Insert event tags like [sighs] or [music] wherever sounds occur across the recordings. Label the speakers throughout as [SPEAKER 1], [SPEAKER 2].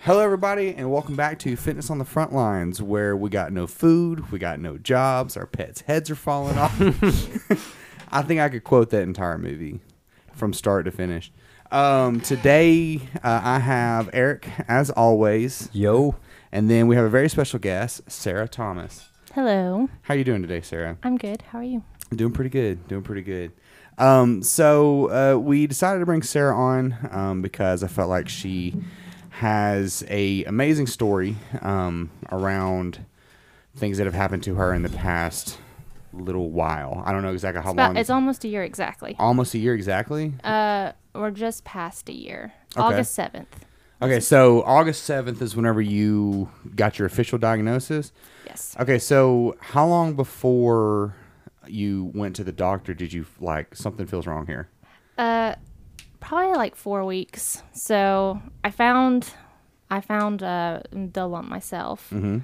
[SPEAKER 1] Hello, everybody, and welcome back to Fitness on the Front Lines, where we got no food, we got no jobs, our pets' heads are falling off. I think I could quote that entire movie from start to finish. Um, today, uh, I have Eric, as always,
[SPEAKER 2] Yo.
[SPEAKER 1] and then we have a very special guest, Sarah Thomas.
[SPEAKER 3] Hello.
[SPEAKER 1] How you doing today, Sarah?
[SPEAKER 3] I'm good. How are you?
[SPEAKER 1] Doing pretty good. Doing pretty good. Um, so uh, we decided to bring Sarah on um, because I felt like she has a amazing story um, around things that have happened to her in the past little while. I don't know exactly how
[SPEAKER 3] It's,
[SPEAKER 1] long.
[SPEAKER 3] about, it's almost a year exactly.
[SPEAKER 1] almost a year exactly.
[SPEAKER 3] Uh, we're just past a year.
[SPEAKER 1] Okay.
[SPEAKER 3] August 7th.
[SPEAKER 1] Okay, so August seventh is whenever you got your official diagnosis.
[SPEAKER 3] Yes.
[SPEAKER 1] Okay, so how long before you went to the doctor did you like something feels wrong here?
[SPEAKER 3] Uh, probably like four weeks. So I found, I found uh, the lump myself,
[SPEAKER 1] Mm-hmm.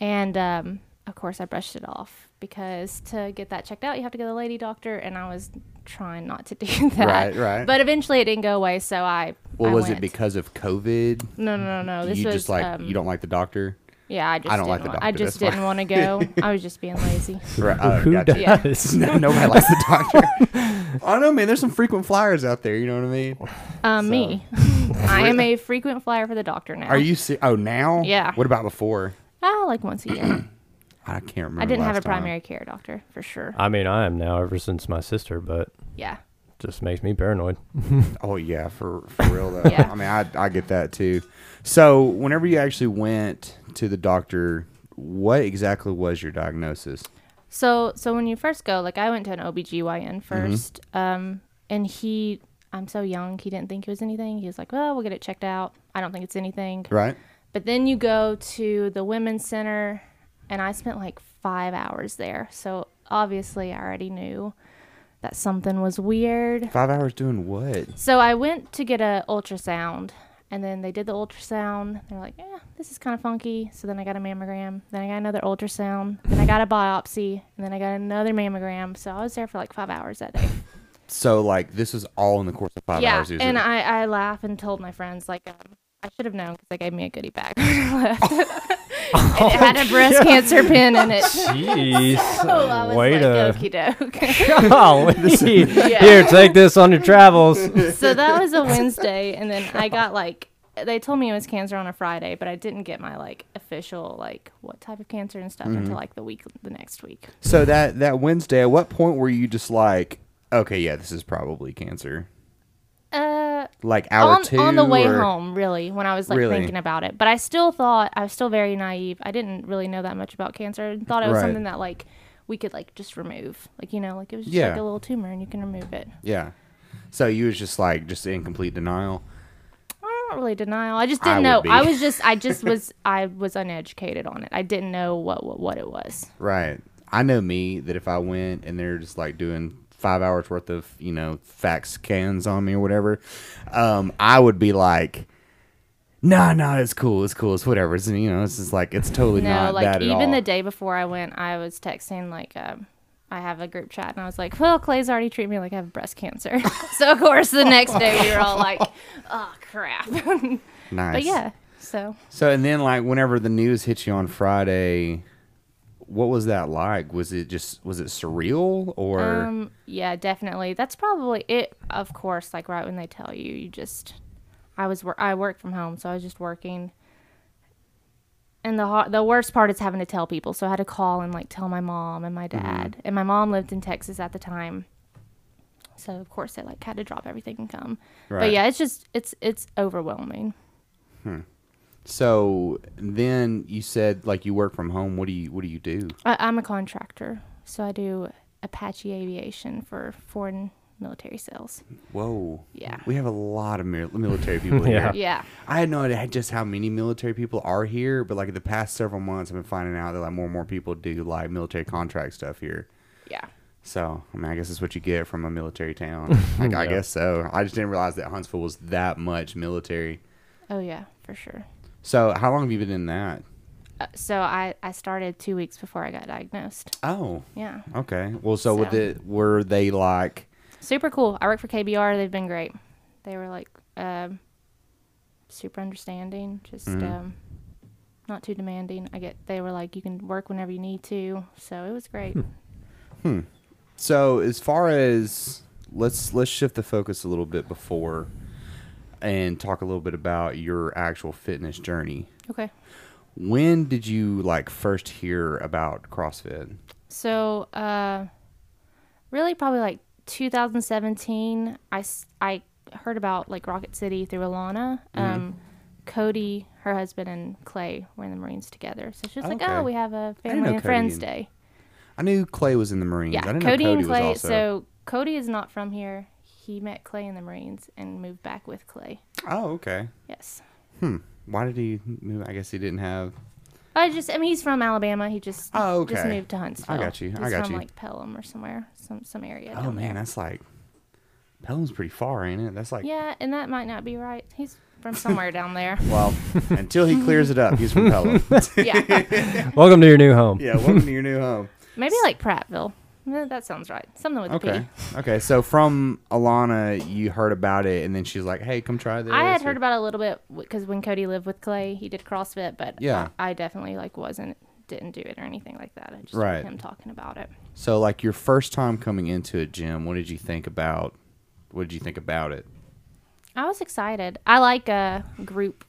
[SPEAKER 3] and um, of course I brushed it off because to get that checked out you have to go to the lady doctor, and I was trying not to [laughs] do that.
[SPEAKER 1] Right, right.
[SPEAKER 3] But eventually it didn't go away, so I.
[SPEAKER 1] Well,
[SPEAKER 3] I
[SPEAKER 1] was it
[SPEAKER 3] went.
[SPEAKER 1] because of COVID?
[SPEAKER 3] No, no, no, no. This
[SPEAKER 1] you
[SPEAKER 3] was
[SPEAKER 1] just like
[SPEAKER 3] um,
[SPEAKER 1] you don't like the
[SPEAKER 2] [laughs]
[SPEAKER 1] doctor,
[SPEAKER 3] Yeah, I just
[SPEAKER 1] don't
[SPEAKER 3] didn't
[SPEAKER 1] like the
[SPEAKER 3] wa- I
[SPEAKER 1] doctor,
[SPEAKER 3] just
[SPEAKER 1] that's
[SPEAKER 3] didn't want
[SPEAKER 1] [laughs]
[SPEAKER 3] to go. I was just being lazy.
[SPEAKER 1] right? Uh, [laughs]
[SPEAKER 2] Who
[SPEAKER 1] gotcha.
[SPEAKER 3] Yeah.
[SPEAKER 2] does?
[SPEAKER 1] no, nobody likes the doctor.
[SPEAKER 2] [laughs]
[SPEAKER 1] I don't know, man. There's some frequent flyers out there. You know what I mean?
[SPEAKER 3] Um,
[SPEAKER 1] [laughs]
[SPEAKER 3] me. I am a frequent flyer for the doctor now.
[SPEAKER 1] Are you? Se- oh, now?
[SPEAKER 3] Yeah.
[SPEAKER 1] What about before?
[SPEAKER 3] Ah, like once
[SPEAKER 1] [clears throat]
[SPEAKER 3] a year.
[SPEAKER 1] I can't remember.
[SPEAKER 3] I didn't have a
[SPEAKER 1] last time. Uh.
[SPEAKER 3] primary care doctor for sure.
[SPEAKER 2] I mean, I am now ever since my sister, but
[SPEAKER 3] Yeah.
[SPEAKER 2] just makes me paranoid.
[SPEAKER 1] Oh yeah, for for real though.
[SPEAKER 3] Yeah.
[SPEAKER 1] I mean, I I get that too. So whenever you actually went to the doctor, what exactly was your diagnosis?
[SPEAKER 3] So so when you first go, like I went to an
[SPEAKER 1] Mm-hmm.
[SPEAKER 3] OBGYN 1st um, and he I'm so young, he didn't think it was anything. He was like, Well, we'll get it checked out. I don't think it's anything.
[SPEAKER 1] Right.
[SPEAKER 3] But then you go to the women's center, and I spent like five hours there. So obviously, I already knew that something was weird.
[SPEAKER 1] Five hours doing what?
[SPEAKER 3] So I went to get a ultrasound, and then they did the ultrasound. They're like, "Yeah, this is kind of funky." So then I got a mammogram. Then I got another ultrasound. Then I got a biopsy, and then I got another mammogram. So I was there for like five hours that day.
[SPEAKER 1] So like this is all in the course of five
[SPEAKER 3] yeah,
[SPEAKER 1] hours. is
[SPEAKER 3] and
[SPEAKER 1] it?
[SPEAKER 3] I I laugh and told my friends like. Um, I should have known because they gave me a goodie bag when I left. [laughs] and it had a breast cancer pin in it.
[SPEAKER 1] [laughs]
[SPEAKER 3] Oh, I
[SPEAKER 2] [laughs] Jeez.
[SPEAKER 3] was
[SPEAKER 2] Way
[SPEAKER 3] like,
[SPEAKER 2] [laughs] to.
[SPEAKER 3] [laughs] okey doke.
[SPEAKER 2] [laughs] Golly.
[SPEAKER 3] Yeah.
[SPEAKER 2] Here, take this on
[SPEAKER 1] [laughs]
[SPEAKER 2] your travels.
[SPEAKER 3] so that was a Wednesday, and then I got like they told me it was cancer on a Friday, but I didn't get my like official like what type of cancer and stuff
[SPEAKER 1] Mm-hmm.
[SPEAKER 3] until like the week the next week.
[SPEAKER 1] So that that Wednesday, at what point were you just like, okay, yeah, this is probably cancer?
[SPEAKER 3] Uh,
[SPEAKER 1] Like hour
[SPEAKER 3] on
[SPEAKER 1] two
[SPEAKER 3] on the way
[SPEAKER 1] or-
[SPEAKER 3] home, really, when I was like
[SPEAKER 1] Really?
[SPEAKER 3] thinking about it, but I still thought I was still very naive. I didn't really know that much about cancer. I thought it was
[SPEAKER 1] Right.
[SPEAKER 3] something that like we could like just remove, like you know, like it was just
[SPEAKER 1] Yeah.
[SPEAKER 3] like a little tumor and you can remove it.
[SPEAKER 1] Yeah. So you was just like just in complete denial.
[SPEAKER 3] I don't really denial. I just
[SPEAKER 1] I
[SPEAKER 3] didn't know.
[SPEAKER 1] would
[SPEAKER 3] I
[SPEAKER 1] be.
[SPEAKER 3] was just I
[SPEAKER 1] [laughs]
[SPEAKER 3] just was I was uneducated on it. I didn't know what what, what it was.
[SPEAKER 1] Right. I know me that if I went and they're just like doing five hours worth of you know fax scans on me or whatever, um, I would be like. Nah, nah, it's cool. It's cool. It's whatever. It's you know, it's just like it's totally
[SPEAKER 3] No,
[SPEAKER 1] not that
[SPEAKER 3] like
[SPEAKER 1] at
[SPEAKER 3] even
[SPEAKER 1] all.
[SPEAKER 3] the day before I went, I was texting like um, I have a group chat, and I was like, "Well, Clay's already treated me like I have breast cancer." [laughs] so of course, the next day we were
[SPEAKER 1] [laughs]
[SPEAKER 3] all like, "Oh crap!" [laughs]
[SPEAKER 1] nice.
[SPEAKER 3] but yeah, so
[SPEAKER 1] So and then like whenever the news hit you on Friday, what was that like? Was it just was it surreal or
[SPEAKER 3] um, yeah, definitely. That's probably it. Of course, like right when they tell you, you just I was wor- I work from home, so I was just working. And the ho- the worst part is having to tell people. So I had to call and like tell my mom and my dad. And my mom lived in Texas at the time. So of course they like had to drop everything and come.
[SPEAKER 1] Right.
[SPEAKER 3] But yeah, it's just it's it's overwhelming.
[SPEAKER 1] so then you said like you work from home. What do you what do you do?
[SPEAKER 3] I, I'm a contractor, so I do Apache Aviation for foreign military sales.
[SPEAKER 1] Whoa.
[SPEAKER 3] Yeah.
[SPEAKER 1] We have a lot of mil- military
[SPEAKER 2] [laughs]
[SPEAKER 1] people here.
[SPEAKER 2] Yeah.
[SPEAKER 3] Yeah.
[SPEAKER 1] I had no idea just how many military people are here, but like the past several months I've been finding out that like more and more people do like military contract stuff here.
[SPEAKER 3] Yeah.
[SPEAKER 1] So, I mean, I guess that's what you get from a military
[SPEAKER 2] [laughs]
[SPEAKER 1] town. like, I
[SPEAKER 2] Yeah.
[SPEAKER 1] guess so. I just didn't realize that Huntsville was that much military.
[SPEAKER 3] Oh yeah, for sure.
[SPEAKER 1] So, how long have you been in that?
[SPEAKER 3] Uh, so I, I started two weeks before I got diagnosed.
[SPEAKER 1] Oh,
[SPEAKER 3] Yeah.
[SPEAKER 1] okay. Well, so, with
[SPEAKER 3] So-
[SPEAKER 1] it, were they like,
[SPEAKER 3] Super cool. I work for KBR. They've been great. They were like, um, super understanding, just um, not too demanding. I get they were like, you can work whenever you need to, so it was great.
[SPEAKER 1] So as far as let's let's shift the focus a little bit before and talk a little bit about your actual fitness journey.
[SPEAKER 3] okay.
[SPEAKER 1] When did you like first hear about CrossFit?
[SPEAKER 3] So, uh, really, probably like 2017, I, s- I heard about like Rocket City through Alana.
[SPEAKER 1] Mm-hmm.
[SPEAKER 3] Um, Cody, her husband, and Clay were in the Marines together. So she was like,
[SPEAKER 1] Okay.
[SPEAKER 3] oh, we have a
[SPEAKER 1] know
[SPEAKER 3] family and
[SPEAKER 1] Cody
[SPEAKER 3] friends
[SPEAKER 1] and-
[SPEAKER 3] day.
[SPEAKER 1] I knew Clay was in the Marines.
[SPEAKER 3] Yeah,
[SPEAKER 1] I didn't
[SPEAKER 3] Cody,
[SPEAKER 1] know Cody
[SPEAKER 3] and Clay.
[SPEAKER 1] was also.
[SPEAKER 3] So, Cody is not from here. He met Clay in the Marines and moved back with Clay.
[SPEAKER 1] oh, okay.
[SPEAKER 3] Yes.
[SPEAKER 1] Why did he move? I guess he didn't have.
[SPEAKER 3] I just, I mean, he's from Alabama. He just,
[SPEAKER 1] Oh,
[SPEAKER 3] just
[SPEAKER 1] okay.
[SPEAKER 3] moved to Huntsville.
[SPEAKER 1] got you.
[SPEAKER 3] He's
[SPEAKER 1] I got
[SPEAKER 3] from
[SPEAKER 1] you.
[SPEAKER 3] like Pelham or somewhere, some some area.
[SPEAKER 1] Oh
[SPEAKER 3] down
[SPEAKER 1] man,
[SPEAKER 3] there.
[SPEAKER 1] that's like Pelham's pretty far, ain't it? That's like
[SPEAKER 3] Yeah, and that might not be right. He's from somewhere down there.
[SPEAKER 1] [laughs] well, until he clears it up, he's
[SPEAKER 3] [laughs]
[SPEAKER 1] from Pelham.
[SPEAKER 3] Yeah.
[SPEAKER 2] Welcome to your new home.
[SPEAKER 1] yeah, welcome to your new
[SPEAKER 3] [laughs]
[SPEAKER 1] home.
[SPEAKER 3] Maybe like Prattville. No, That sounds right. Something with a P. I
[SPEAKER 1] Okay. Okay. So from Alana, you heard about it, and then she's like, "Hey, come try this."
[SPEAKER 3] had
[SPEAKER 1] or-
[SPEAKER 3] heard about it a little bit because when Cody lived with Clay, he did CrossFit, but
[SPEAKER 1] Yeah.
[SPEAKER 3] I, I definitely like wasn't didn't do it or anything like that. I just
[SPEAKER 1] Right.
[SPEAKER 3] heard him talking about it.
[SPEAKER 1] So, like your first time coming into a gym, what did you think about? What did you think about it?
[SPEAKER 3] I was excited. I like uh, group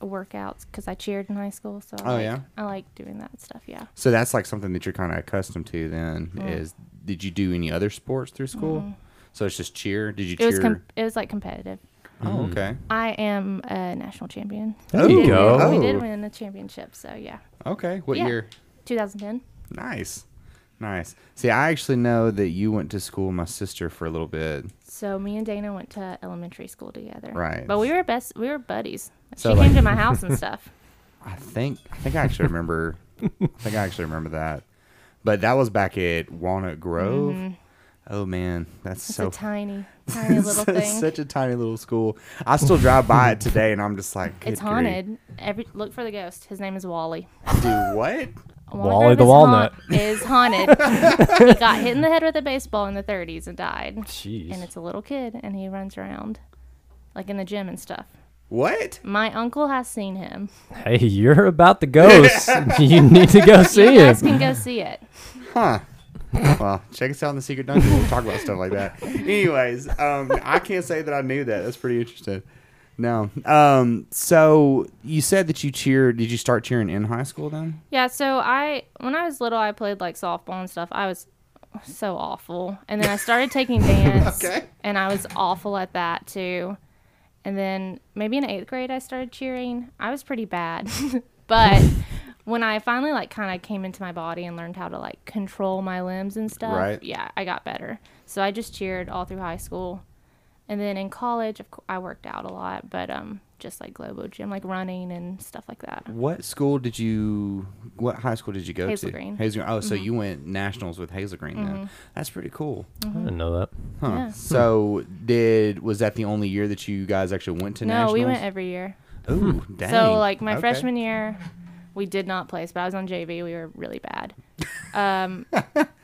[SPEAKER 3] workouts because I cheered in high school, so I
[SPEAKER 1] Oh,
[SPEAKER 3] like,
[SPEAKER 1] yeah?
[SPEAKER 3] I like doing that stuff. Yeah.
[SPEAKER 1] So that's like something that you're kind of accustomed to. Then
[SPEAKER 3] Mm-hmm.
[SPEAKER 1] is did you do any other sports through school? So it's just cheer. Did you
[SPEAKER 3] It was
[SPEAKER 1] cheer?
[SPEAKER 3] com- it was like competitive.
[SPEAKER 1] oh, okay.
[SPEAKER 3] I am a national champion.
[SPEAKER 2] There you
[SPEAKER 3] We did
[SPEAKER 2] go.
[SPEAKER 3] win- We
[SPEAKER 1] Oh.
[SPEAKER 3] did win a championship, so yeah.
[SPEAKER 1] Okay. What
[SPEAKER 3] Yeah.
[SPEAKER 1] year?
[SPEAKER 3] 2010.
[SPEAKER 1] Nice. Nice. See, I actually know that you went to school with my sister for a little bit.
[SPEAKER 3] So me and Dana went to elementary school together.
[SPEAKER 1] Right.
[SPEAKER 3] But we were best. We were buddies.
[SPEAKER 1] So,
[SPEAKER 3] she
[SPEAKER 1] like-
[SPEAKER 3] came to my house
[SPEAKER 1] [laughs]
[SPEAKER 3] and stuff.
[SPEAKER 1] I think I think I actually remember. I think I actually remember that. But that was back at Walnut Grove. Oh man, that's
[SPEAKER 3] It's
[SPEAKER 1] so
[SPEAKER 3] Mm-hmm.
[SPEAKER 1] [laughs]
[SPEAKER 3] a tiny, tiny little
[SPEAKER 1] such,
[SPEAKER 3] thing.
[SPEAKER 1] such a tiny little school. I still drive by it today, and I'm just like, "Good
[SPEAKER 3] it's
[SPEAKER 1] grief."
[SPEAKER 3] haunted. Every look for the ghost. His name is Wally.
[SPEAKER 1] Dude, what?
[SPEAKER 3] Walnut
[SPEAKER 2] Wally
[SPEAKER 3] Grove
[SPEAKER 2] the
[SPEAKER 3] is
[SPEAKER 2] walnut.
[SPEAKER 3] haunt-
[SPEAKER 1] [laughs]
[SPEAKER 3] [laughs] is haunted. he got hit in the head with a baseball in the 30s and died.
[SPEAKER 2] Jeez.
[SPEAKER 3] And it's a little kid, and he runs around, like in the gym and stuff.
[SPEAKER 1] What?
[SPEAKER 3] My uncle has seen him.
[SPEAKER 2] Hey, you're
[SPEAKER 1] [laughs]
[SPEAKER 2] about the ghost. you need to go see
[SPEAKER 3] You
[SPEAKER 2] him.
[SPEAKER 3] guys can go see it.
[SPEAKER 1] Huh? well, check us out in the secret dungeon. We'll talk about stuff like that. Anyways, um, I can't say that I knew that. That's pretty interesting. No. Um, so you said that you cheered. Did you start cheering in high school then?
[SPEAKER 3] Yeah, so I when I was little, I played like softball and stuff. I was so awful, and then I
[SPEAKER 1] [laughs]
[SPEAKER 3] started taking dance,
[SPEAKER 1] Okay.
[SPEAKER 3] and I was awful at that too. And then maybe in eighth grade, I started cheering. I was pretty bad, [laughs] but when I finally like kind of came into my body and learned how to like control my limbs and stuff,
[SPEAKER 1] Right.
[SPEAKER 3] yeah, I got better. So I just cheered all through high school, and then in college, of course, I worked out a lot, but um, just like Globo Gym, like running and stuff like that.
[SPEAKER 1] What school did you? What high school did you go
[SPEAKER 3] Hazel
[SPEAKER 1] to?
[SPEAKER 3] Green. Mm-hmm.
[SPEAKER 1] Hazel Green. Oh, so you went nationals with Hazel Green then. That's pretty cool.
[SPEAKER 2] I didn't know that.
[SPEAKER 1] Huh.
[SPEAKER 3] Yeah.
[SPEAKER 1] So did was that the only year that you guys actually went to
[SPEAKER 3] No,
[SPEAKER 1] nationals?
[SPEAKER 3] we went every year.
[SPEAKER 1] Ooh, dang.
[SPEAKER 3] [laughs] So like my
[SPEAKER 1] Okay.
[SPEAKER 3] freshman year, we did not place, but I was on JV. We were really bad.
[SPEAKER 1] [laughs]
[SPEAKER 3] Um,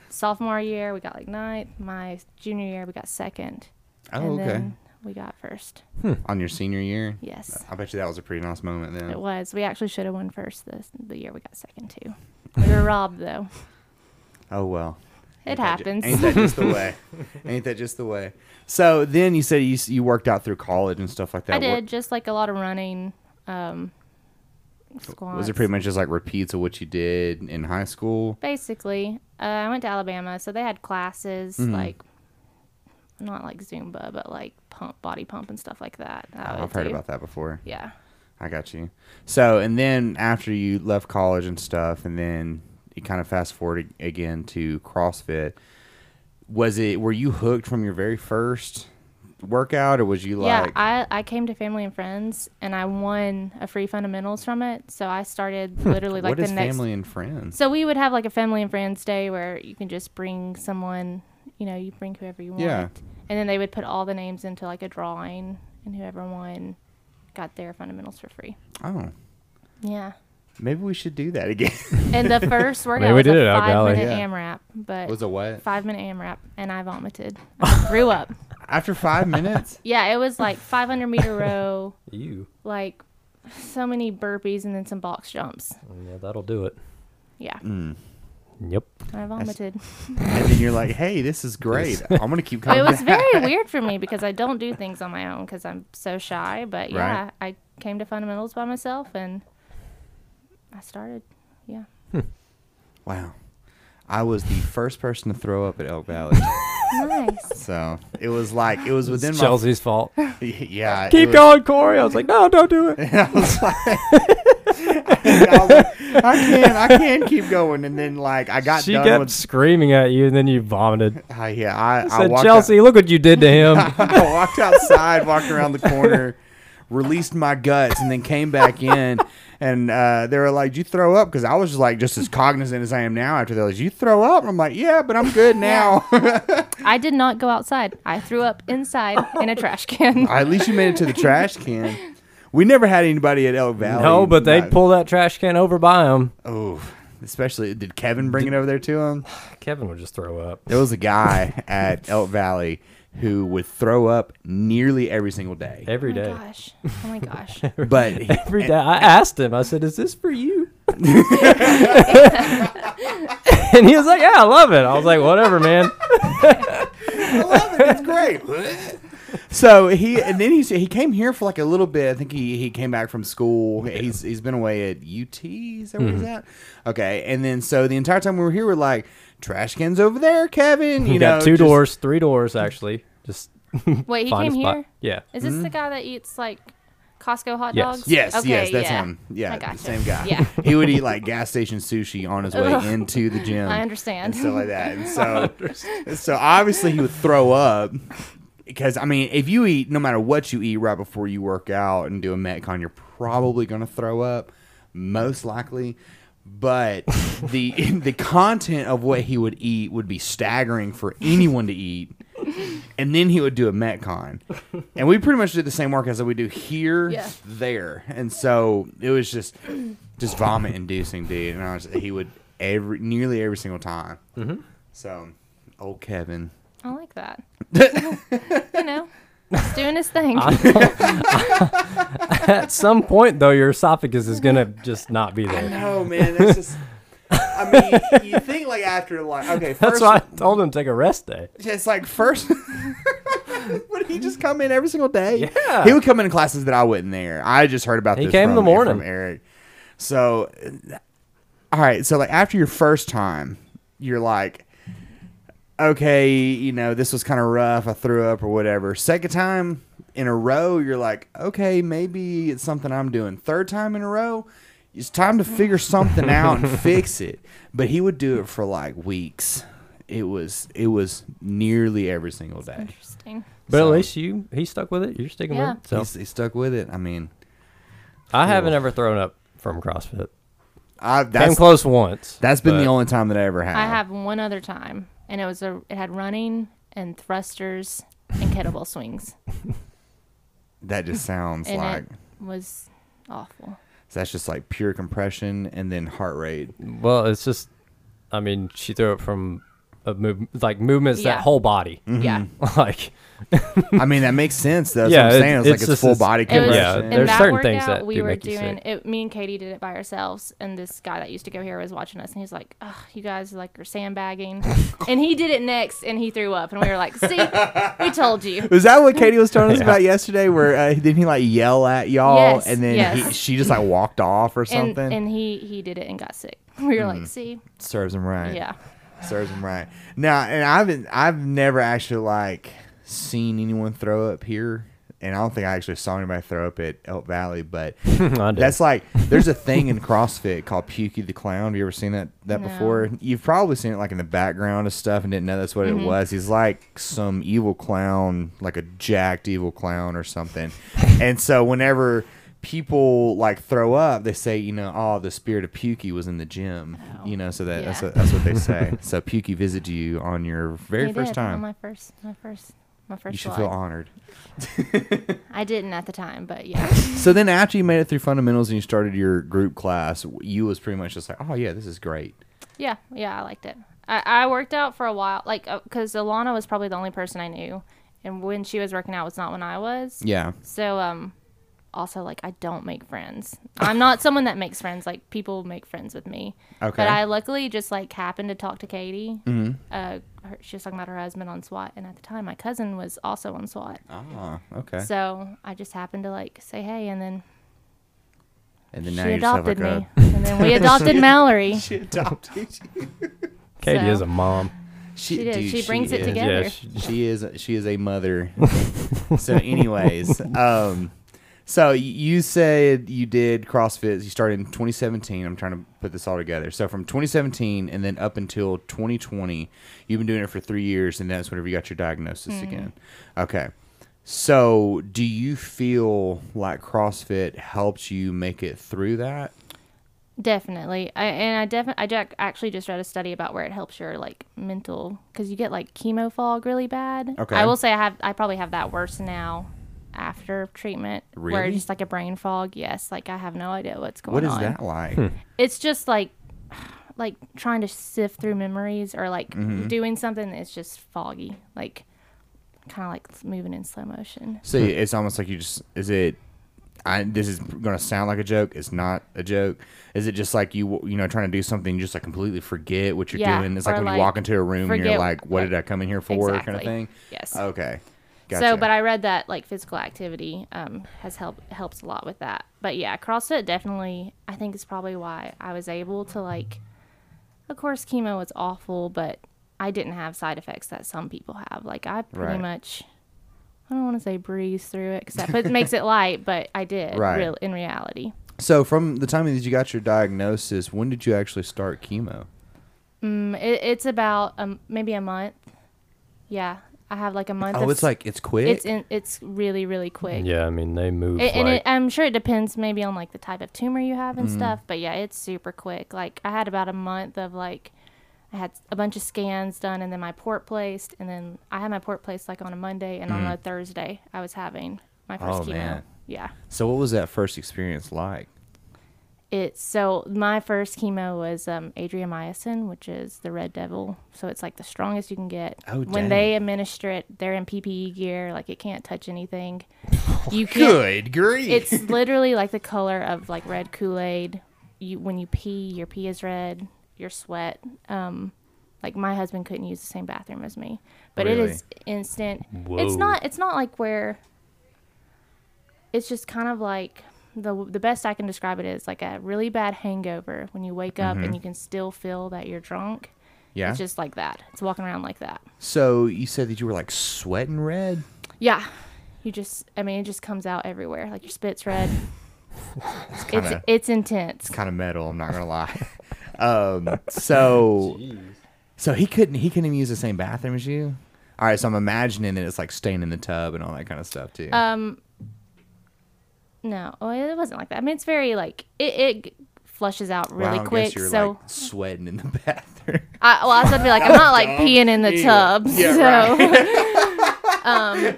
[SPEAKER 3] sophomore year we got like ninth. My junior year we got second.
[SPEAKER 1] Oh,
[SPEAKER 3] and
[SPEAKER 1] okay.
[SPEAKER 3] Then we got first.
[SPEAKER 1] On your senior year.
[SPEAKER 3] Yes,
[SPEAKER 1] I bet you that was a pretty nice moment then.
[SPEAKER 3] it was. We actually should have won first this the year we got second too. We were robbed though.
[SPEAKER 1] [laughs] Oh well.
[SPEAKER 3] It
[SPEAKER 1] Ain't that ju-
[SPEAKER 3] happens.
[SPEAKER 1] ain't that just the
[SPEAKER 3] [laughs]
[SPEAKER 1] way? ain't that just the way? So then you said you s- you worked out through college and stuff like that.
[SPEAKER 3] I
[SPEAKER 1] What-
[SPEAKER 3] did just like a lot of running. Um, squats.
[SPEAKER 1] Was it pretty much just like repeats of what you did in high school?
[SPEAKER 3] basically uh, i went to alabama so they had classes
[SPEAKER 1] Mm-hmm.
[SPEAKER 3] like not like zumba but like pump body pump and stuff like that, that I would
[SPEAKER 1] Oh, I've heard
[SPEAKER 3] do.
[SPEAKER 1] about that before.
[SPEAKER 3] yeah
[SPEAKER 1] I got you. So, and then after you left college and stuff, and then you kind of fast forward ag- again to CrossFit. Was it were you hooked from your very first workout, or was you like,
[SPEAKER 3] yeah I, I came to family and friends and i won a free fundamentals from it so i started literally like
[SPEAKER 1] Hmm. what
[SPEAKER 3] the
[SPEAKER 1] is
[SPEAKER 3] next
[SPEAKER 1] family and friends?
[SPEAKER 3] so we would have like a family and friends day where you can just bring someone you know you bring whoever you want
[SPEAKER 1] Yeah.
[SPEAKER 3] and then they would put all the names into like a drawing and whoever won got their fundamentals for free
[SPEAKER 1] Oh,
[SPEAKER 3] yeah
[SPEAKER 1] maybe we should do that
[SPEAKER 3] [laughs]
[SPEAKER 1] again.
[SPEAKER 3] And the first workout
[SPEAKER 2] Maybe we
[SPEAKER 3] was
[SPEAKER 2] did
[SPEAKER 3] a
[SPEAKER 2] it out of
[SPEAKER 3] five
[SPEAKER 2] Valley.
[SPEAKER 3] minute
[SPEAKER 1] Yeah.
[SPEAKER 3] AMRAP, but
[SPEAKER 1] was a what?
[SPEAKER 3] five minute AMRAP, and I vomited, I threw up.
[SPEAKER 1] After five
[SPEAKER 3] [laughs]
[SPEAKER 1] minutes,
[SPEAKER 3] Yeah, it was like 500 meter row,
[SPEAKER 2] You.
[SPEAKER 3] like so many burpees and then some box jumps.
[SPEAKER 2] Yeah, that'll do it.
[SPEAKER 3] Yeah,
[SPEAKER 2] Yep.
[SPEAKER 3] I vomited.
[SPEAKER 1] and then you're like, "Hey, this is great. [laughs] I'm gonna keep coming."
[SPEAKER 3] It was
[SPEAKER 1] back."
[SPEAKER 3] very weird for me because I don't do things on my own because I'm so shy. But yeah,
[SPEAKER 1] Right.
[SPEAKER 3] I came to fundamentals by myself and I started. Yeah.
[SPEAKER 1] Wow, I was the first person to throw up at Elk
[SPEAKER 3] [laughs]
[SPEAKER 1] Valley,
[SPEAKER 3] Nice.
[SPEAKER 1] so it was like it was within
[SPEAKER 2] It's
[SPEAKER 1] my
[SPEAKER 2] Chelsea's fault.
[SPEAKER 1] [laughs] yeah. it
[SPEAKER 2] Keep
[SPEAKER 1] was-
[SPEAKER 2] going, Corey. I was like, no, don't do it.
[SPEAKER 1] I was like, I, was like, I can, I can keep going, and then like I [laughs] got
[SPEAKER 2] she
[SPEAKER 1] done
[SPEAKER 2] kept
[SPEAKER 1] with.
[SPEAKER 2] screaming at you, and then you vomited.
[SPEAKER 1] I yeah, I, I
[SPEAKER 2] said,
[SPEAKER 1] walked out-
[SPEAKER 2] Chelsea, look what you did to
[SPEAKER 1] [laughs]
[SPEAKER 2] him.
[SPEAKER 1] I walked outside, walked around the corner, released my guts, and then came back in. And uh, they were like, "Did you throw up?" Because I was just like, just as cognizant as I am now. After they're like, "Did you throw up?" And I'm like, "Yeah, but I'm good now." [laughs]
[SPEAKER 3] I did not go outside. I threw up inside in a trash can.
[SPEAKER 1] at least you made it to the trash can. We never had anybody at Elk Valley.
[SPEAKER 2] no, but they'd
[SPEAKER 1] Not-
[SPEAKER 2] pull that trash can over by him.
[SPEAKER 1] Oh, especially did Kevin bring it over there to him?
[SPEAKER 2] Kevin would just throw up.
[SPEAKER 1] There was a
[SPEAKER 2] [laughs]
[SPEAKER 1] guy at Elk Valley who would throw up nearly every single day.
[SPEAKER 2] [laughs] Every day.
[SPEAKER 3] Oh my gosh. Oh my gosh.
[SPEAKER 2] [laughs]
[SPEAKER 1] But he-
[SPEAKER 2] Every day. I asked him, I said, Is this
[SPEAKER 1] [laughs]
[SPEAKER 2] for you? and he was like, Yeah, I love it. I was like, Whatever,
[SPEAKER 1] [laughs]
[SPEAKER 2] man.
[SPEAKER 3] [laughs]
[SPEAKER 1] I love
[SPEAKER 2] [laughs]
[SPEAKER 1] it. It's great. So he and then he he came here for like a little bit. I think he, he came back from school. He's he's been away at UT. Is that where
[SPEAKER 2] Mm-hmm.
[SPEAKER 1] he's at? Okay. And then so the entire time we were here, we're like trash cans over there,
[SPEAKER 2] [laughs]
[SPEAKER 1] Kevin. You
[SPEAKER 2] You
[SPEAKER 1] know,
[SPEAKER 2] got two
[SPEAKER 1] just-
[SPEAKER 2] doors, three doors, actually. Just
[SPEAKER 3] Wait, he
[SPEAKER 2] find
[SPEAKER 3] came
[SPEAKER 2] a spot.
[SPEAKER 3] here?
[SPEAKER 2] Yeah.
[SPEAKER 3] Is this the guy that eats like Costco hot
[SPEAKER 2] Yes.
[SPEAKER 3] dogs?
[SPEAKER 1] Yes,
[SPEAKER 3] Okay,
[SPEAKER 1] yes, that's
[SPEAKER 3] yeah.
[SPEAKER 1] him. Yeah,
[SPEAKER 3] I gotcha.
[SPEAKER 1] same guy.
[SPEAKER 3] Yeah.
[SPEAKER 1] [laughs] he would eat like gas station sushi on his way
[SPEAKER 3] [laughs] Ugh.
[SPEAKER 1] into the gym.
[SPEAKER 3] I understand.
[SPEAKER 1] Um, and stuff like that. And so, so obviously he would throw up because I mean, if you eat, no matter what you eat right before you work out and do a metcon, you're probably going to throw up, most likely. But the the content of what he would eat would be staggering for anyone to eat. And then he would do a metcon, and we pretty much did the same workouts that we do here,
[SPEAKER 3] Yeah.
[SPEAKER 1] there, and so it was just just vomit inducing, dude. And I was, he would every nearly every single time. Mm-hmm. So, old Kevin.
[SPEAKER 3] [laughs] I like
[SPEAKER 1] [laughs]
[SPEAKER 3] that. you know, he's doing his
[SPEAKER 2] [laughs]
[SPEAKER 3] thing.
[SPEAKER 2] At some point, though, your esophagus is going to just not be
[SPEAKER 1] I
[SPEAKER 3] [laughs]
[SPEAKER 2] there.
[SPEAKER 1] know, man. That's just. I mean, you think like after like okay,
[SPEAKER 2] [laughs] That's
[SPEAKER 1] first
[SPEAKER 2] why I told him to take a rest day.
[SPEAKER 1] it's like first. [laughs] would he just come in every single day?
[SPEAKER 2] Yeah.
[SPEAKER 1] he would come in classes that I wasn't there. I just heard about.
[SPEAKER 2] He
[SPEAKER 1] this
[SPEAKER 2] came in
[SPEAKER 1] from,
[SPEAKER 2] the morning.
[SPEAKER 1] from Eric. So, uh, all right. So like after your first time, you're like. Okay, you know, this was kind of rough. I threw up or whatever. Second time in a row, you're like, okay, maybe it's something I'm doing. Third time in a row, it's time to figure something out
[SPEAKER 2] [laughs]
[SPEAKER 1] and fix it. But he would do it for like weeks. It was it was nearly every single day.
[SPEAKER 3] Interesting.
[SPEAKER 2] But
[SPEAKER 1] So-
[SPEAKER 2] at least you, he stuck with it. You're sticking
[SPEAKER 3] Yeah.
[SPEAKER 2] with it. So
[SPEAKER 1] He's, he stuck with it. I mean,
[SPEAKER 2] I haven't ever thrown up from CrossFit.
[SPEAKER 1] I,
[SPEAKER 2] Came
[SPEAKER 1] that's
[SPEAKER 2] close once.
[SPEAKER 1] that's been the
[SPEAKER 2] but-
[SPEAKER 1] only time that I ever have.
[SPEAKER 3] I have one other time, and it was a. It had running and thrusters and kettlebell swings,
[SPEAKER 1] That just
[SPEAKER 3] [laughs]
[SPEAKER 1] sounds
[SPEAKER 3] and
[SPEAKER 1] like
[SPEAKER 3] it was awful.
[SPEAKER 1] that's just like pure compression and then heart rate.
[SPEAKER 2] Well, it's just, I mean, she threw it from a move, like movements
[SPEAKER 3] Yeah.
[SPEAKER 2] that whole body,
[SPEAKER 1] Hmm. Mm-hmm.
[SPEAKER 3] Yeah.
[SPEAKER 2] [laughs] like
[SPEAKER 1] I mean, that makes sense. though. That's
[SPEAKER 2] Yeah,
[SPEAKER 1] what I'm
[SPEAKER 2] it-
[SPEAKER 1] saying. It's,
[SPEAKER 2] it's
[SPEAKER 1] like it's
[SPEAKER 2] just-
[SPEAKER 1] full body
[SPEAKER 3] It was,
[SPEAKER 1] compression.
[SPEAKER 2] Yeah,
[SPEAKER 3] in
[SPEAKER 2] there's
[SPEAKER 3] that
[SPEAKER 2] certain
[SPEAKER 3] workout,
[SPEAKER 2] things that
[SPEAKER 3] we
[SPEAKER 2] do
[SPEAKER 3] were
[SPEAKER 2] make you
[SPEAKER 3] doing.
[SPEAKER 2] sick.
[SPEAKER 3] It, me and Katie did it by ourselves, and this guy that used to go here was watching us, and he's like, "Ugh, you guys like
[SPEAKER 1] [laughs]
[SPEAKER 3] are sandbagging," and he did it next, and he threw up, and we were like, "See,
[SPEAKER 1] [laughs]
[SPEAKER 3] we told you."
[SPEAKER 1] Was that what Katie was [laughs] telling us
[SPEAKER 2] Yeah.
[SPEAKER 1] about yesterday? Where uh, didn't he like yell at y'all,
[SPEAKER 3] Yes,
[SPEAKER 1] and then he,
[SPEAKER 3] yes.
[SPEAKER 1] she just like walked off or
[SPEAKER 3] And,
[SPEAKER 1] something?
[SPEAKER 3] and he he did it and got sick. [laughs] We were
[SPEAKER 1] Mm-hmm.
[SPEAKER 3] like, "See,
[SPEAKER 1] Serves him right.
[SPEAKER 3] yeah."
[SPEAKER 1] serves him right. Now, and I've been, I've never actually like seen anyone throw up here, and I don't think I actually saw anybody throw up at Elk Valley. But
[SPEAKER 2] I did.
[SPEAKER 1] that's like there's a thing in CrossFit called Pukey the Clown. Have you ever seen that that
[SPEAKER 3] No.
[SPEAKER 1] before? You've probably seen it like in the background of stuff and didn't know that's what
[SPEAKER 3] Mm-hmm.
[SPEAKER 1] it was. He's like some evil clown, like a jacked evil clown or
[SPEAKER 3] [laughs]
[SPEAKER 1] something. and so whenever people like throw up, they say, you know, oh, the spirit of Pukey was in the gym. You know, so that that's,
[SPEAKER 3] Oh, Yeah.
[SPEAKER 1] what, that's what they
[SPEAKER 3] [laughs]
[SPEAKER 1] say. so Pukey visited you on your very
[SPEAKER 3] He
[SPEAKER 1] first
[SPEAKER 3] did, on
[SPEAKER 1] time.
[SPEAKER 3] my first, my first, my first.
[SPEAKER 1] You should
[SPEAKER 3] one.
[SPEAKER 1] feel honored.
[SPEAKER 3] I didn't at the time, but yeah, [laughs]
[SPEAKER 1] So then after you made it through fundamentals and you started your group class, you was pretty much just like, oh yeah, this is great.
[SPEAKER 3] yeah, uh, yeah. I liked it. I, I worked out for a while, like, because Alana was probably the only person I knew, and when she was working out was not when I was.
[SPEAKER 1] Yeah.
[SPEAKER 3] So um also like I don't make friends. I'm not someone that makes friends. Like people make friends with me.
[SPEAKER 1] Okay.
[SPEAKER 3] But I luckily just like happened to talk to Katie. Mm-hmm. Uh, her, she was talking about her husband on SWAT, and at the time my cousin was also on SWAT.
[SPEAKER 1] Ah, okay.
[SPEAKER 3] So I just happened to like say hey, and then
[SPEAKER 1] and then now
[SPEAKER 3] she
[SPEAKER 1] you just have
[SPEAKER 3] adopted
[SPEAKER 1] like
[SPEAKER 3] me,
[SPEAKER 1] a.
[SPEAKER 3] and then we adopted
[SPEAKER 1] [laughs]
[SPEAKER 3] Mallory.
[SPEAKER 1] She adopted.
[SPEAKER 2] Katie
[SPEAKER 3] So-
[SPEAKER 2] is a mom.
[SPEAKER 3] She did. She brings it
[SPEAKER 1] is-
[SPEAKER 3] together.
[SPEAKER 2] Yeah, she,
[SPEAKER 1] She is. She is a
[SPEAKER 3] [laughs]
[SPEAKER 1] mother. so, anyways, um, so y- you said you did CrossFit. You started in 2017. I'm trying to put this all together. So, from 2017 and then up until 2020, you've been doing it for three years, and that's whenever you got your diagnosis
[SPEAKER 3] Hmm.
[SPEAKER 1] again. Okay. So, do you feel like CrossFit helped you make it through that?
[SPEAKER 3] Definitely, I, and I definitely I jack- actually just read a study about where it helps your like mental because you get like chemo fog really bad.
[SPEAKER 1] Okay.
[SPEAKER 3] I will say I have I probably have that worse now after treatment. Where
[SPEAKER 1] Really?
[SPEAKER 3] it's just like a brain fog. Yes, like I have no idea what's going
[SPEAKER 1] What is
[SPEAKER 3] on.
[SPEAKER 1] that like?
[SPEAKER 3] It's just like [sighs] like trying to sift through memories or like
[SPEAKER 1] Mm-hmm.
[SPEAKER 3] doing something that's just foggy, like kind of like moving in slow motion.
[SPEAKER 1] So it's almost like you just is it. I, this is gonna sound like a joke. It's not a joke. Is it just like you you know trying to do something, you just like completely forget what you're
[SPEAKER 3] Yeah,
[SPEAKER 1] doing? It's like
[SPEAKER 3] or
[SPEAKER 1] when
[SPEAKER 3] like,
[SPEAKER 1] you walk into a room and you're
[SPEAKER 3] forget
[SPEAKER 1] like, "What
[SPEAKER 3] what-
[SPEAKER 1] did I come in here for?" kind of
[SPEAKER 3] Exactly.
[SPEAKER 1] thing.
[SPEAKER 3] Yes.
[SPEAKER 1] Okay.
[SPEAKER 3] So, but I read that like physical activity um, has helped helps a lot with that. But yeah, CrossFit definitely I think is probably why I was able to like. Of course, chemo was awful, but I didn't have side effects that some people have. Like I pretty
[SPEAKER 1] Right.
[SPEAKER 3] much, I don't want to say breeze through it, except but it makes it light. But I did
[SPEAKER 1] Right.
[SPEAKER 3] real, in reality.
[SPEAKER 1] so from the time that you got your diagnosis, when did you actually start chemo?
[SPEAKER 3] Um, it, it's about um, maybe a month. Yeah, I have like a month.
[SPEAKER 1] Oh,
[SPEAKER 3] of
[SPEAKER 1] it's
[SPEAKER 3] s-
[SPEAKER 1] like it's quick.
[SPEAKER 3] it's in, it's really really quick.
[SPEAKER 2] yeah, I mean they move
[SPEAKER 3] It,
[SPEAKER 2] like
[SPEAKER 3] and it, I'm sure it depends maybe on like the type of tumor you have
[SPEAKER 1] Mm-hmm.
[SPEAKER 3] and stuff, but yeah, it's super quick. Like I had about a month of like I had a bunch of scans done and then my port placed and then I had my port placed like on a Monday and on a Thursday I was having my first
[SPEAKER 1] Mm-hmm. Oh,
[SPEAKER 3] chemo.
[SPEAKER 1] man.
[SPEAKER 3] Yeah.
[SPEAKER 1] so what was that first experience like?
[SPEAKER 3] It's so my first chemo was um, adriamycin, which is the red devil. So it's like the strongest you can get.
[SPEAKER 1] Oh,
[SPEAKER 3] when they administer it, they're in PPE gear, like it can't touch
[SPEAKER 1] [laughs]
[SPEAKER 3] anything. You
[SPEAKER 1] Good
[SPEAKER 3] can't
[SPEAKER 1] grief!
[SPEAKER 3] it's literally like the color of like red Kool-Aid. You when you pee, your pee is red, your sweat. Um like my husband couldn't use the same bathroom as me. But it
[SPEAKER 1] Really?
[SPEAKER 3] is instant.
[SPEAKER 2] Whoa.
[SPEAKER 3] It's not it's not like where it's just kind of like the the best I can describe it is like a really bad hangover when you wake up and you can still feel that you're drunk.
[SPEAKER 1] yeah.
[SPEAKER 3] It's just like that. It's walking around like that.
[SPEAKER 1] so you said that you were like sweating red.
[SPEAKER 3] Yeah. You just I mean it just comes out everywhere. Like your spit's red.
[SPEAKER 1] It's
[SPEAKER 3] it's
[SPEAKER 1] kinda-
[SPEAKER 3] it's intense.
[SPEAKER 1] kind of metal. I'm not gonna lie. [laughs] um, so, so he couldn't he couldn't even use the same bathroom as you. All right, so I'm imagining that it's like staying in the tub and all that kind of stuff too.
[SPEAKER 3] Uh, Um, No, well, it wasn't like that. I mean, it's very like it, it g- flushes out
[SPEAKER 1] Wow, I
[SPEAKER 3] really
[SPEAKER 1] guess
[SPEAKER 3] quick.
[SPEAKER 1] you're
[SPEAKER 3] So,
[SPEAKER 1] like sweating in the [laughs] bathroom.
[SPEAKER 3] I, well, I was gonna be like, I'm
[SPEAKER 1] [laughs]
[SPEAKER 3] not like peeing in the
[SPEAKER 1] Yeah.
[SPEAKER 3] tub.
[SPEAKER 1] [laughs] Yeah,
[SPEAKER 3] [laughs] so, [laughs]
[SPEAKER 1] [laughs]
[SPEAKER 3] Um,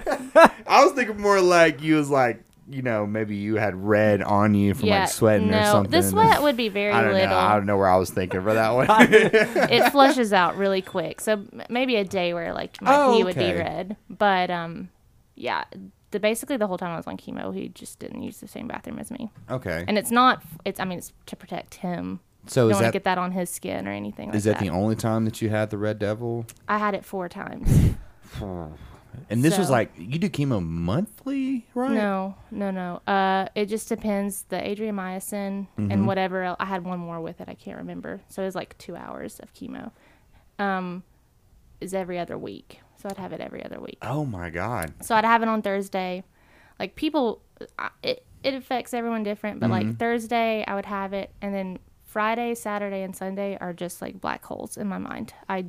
[SPEAKER 1] I was thinking more like you was like you know maybe you had red on you from
[SPEAKER 3] yeah,
[SPEAKER 1] like sweating
[SPEAKER 3] no,
[SPEAKER 1] or something.
[SPEAKER 3] the
[SPEAKER 1] and
[SPEAKER 3] sweat would be
[SPEAKER 1] [laughs]
[SPEAKER 3] very
[SPEAKER 1] I don't
[SPEAKER 3] little.
[SPEAKER 1] know. I don't know where I was thinking for
[SPEAKER 3] [laughs]
[SPEAKER 1] that one.
[SPEAKER 3] it flushes out really quick. So m- maybe a day where like my
[SPEAKER 1] Oh,
[SPEAKER 3] pee would be
[SPEAKER 1] okay.
[SPEAKER 3] red, but um, yeah, the basically the whole time I was on chemo, he just didn't use the same bathroom as me,
[SPEAKER 1] [laughs] okay.
[SPEAKER 3] and it's not. It's I mean, it's to protect him.
[SPEAKER 1] so
[SPEAKER 3] Don't
[SPEAKER 1] Oh, is
[SPEAKER 3] want to
[SPEAKER 1] that
[SPEAKER 3] get that on his skin or anything. Like
[SPEAKER 1] is that the only time that you had the red devil?
[SPEAKER 3] I had it four times.
[SPEAKER 1] And this was
[SPEAKER 3] So-
[SPEAKER 1] like you do chemo monthly, right?
[SPEAKER 3] No, no, no. Uh, it just depends. The adriamycin
[SPEAKER 1] Mm-hmm.
[SPEAKER 3] and whatever else. I had one more with it. I can't remember. So it was like two hours of chemo. Um, is every other week. So I'd have it every other week.
[SPEAKER 1] Oh my god.
[SPEAKER 3] So I'd have it on Thursday. Like people, I- it it affects everyone different. But like Thursday, I would have it, and then Friday, Saturday, and Sunday are just like black holes in my mind. I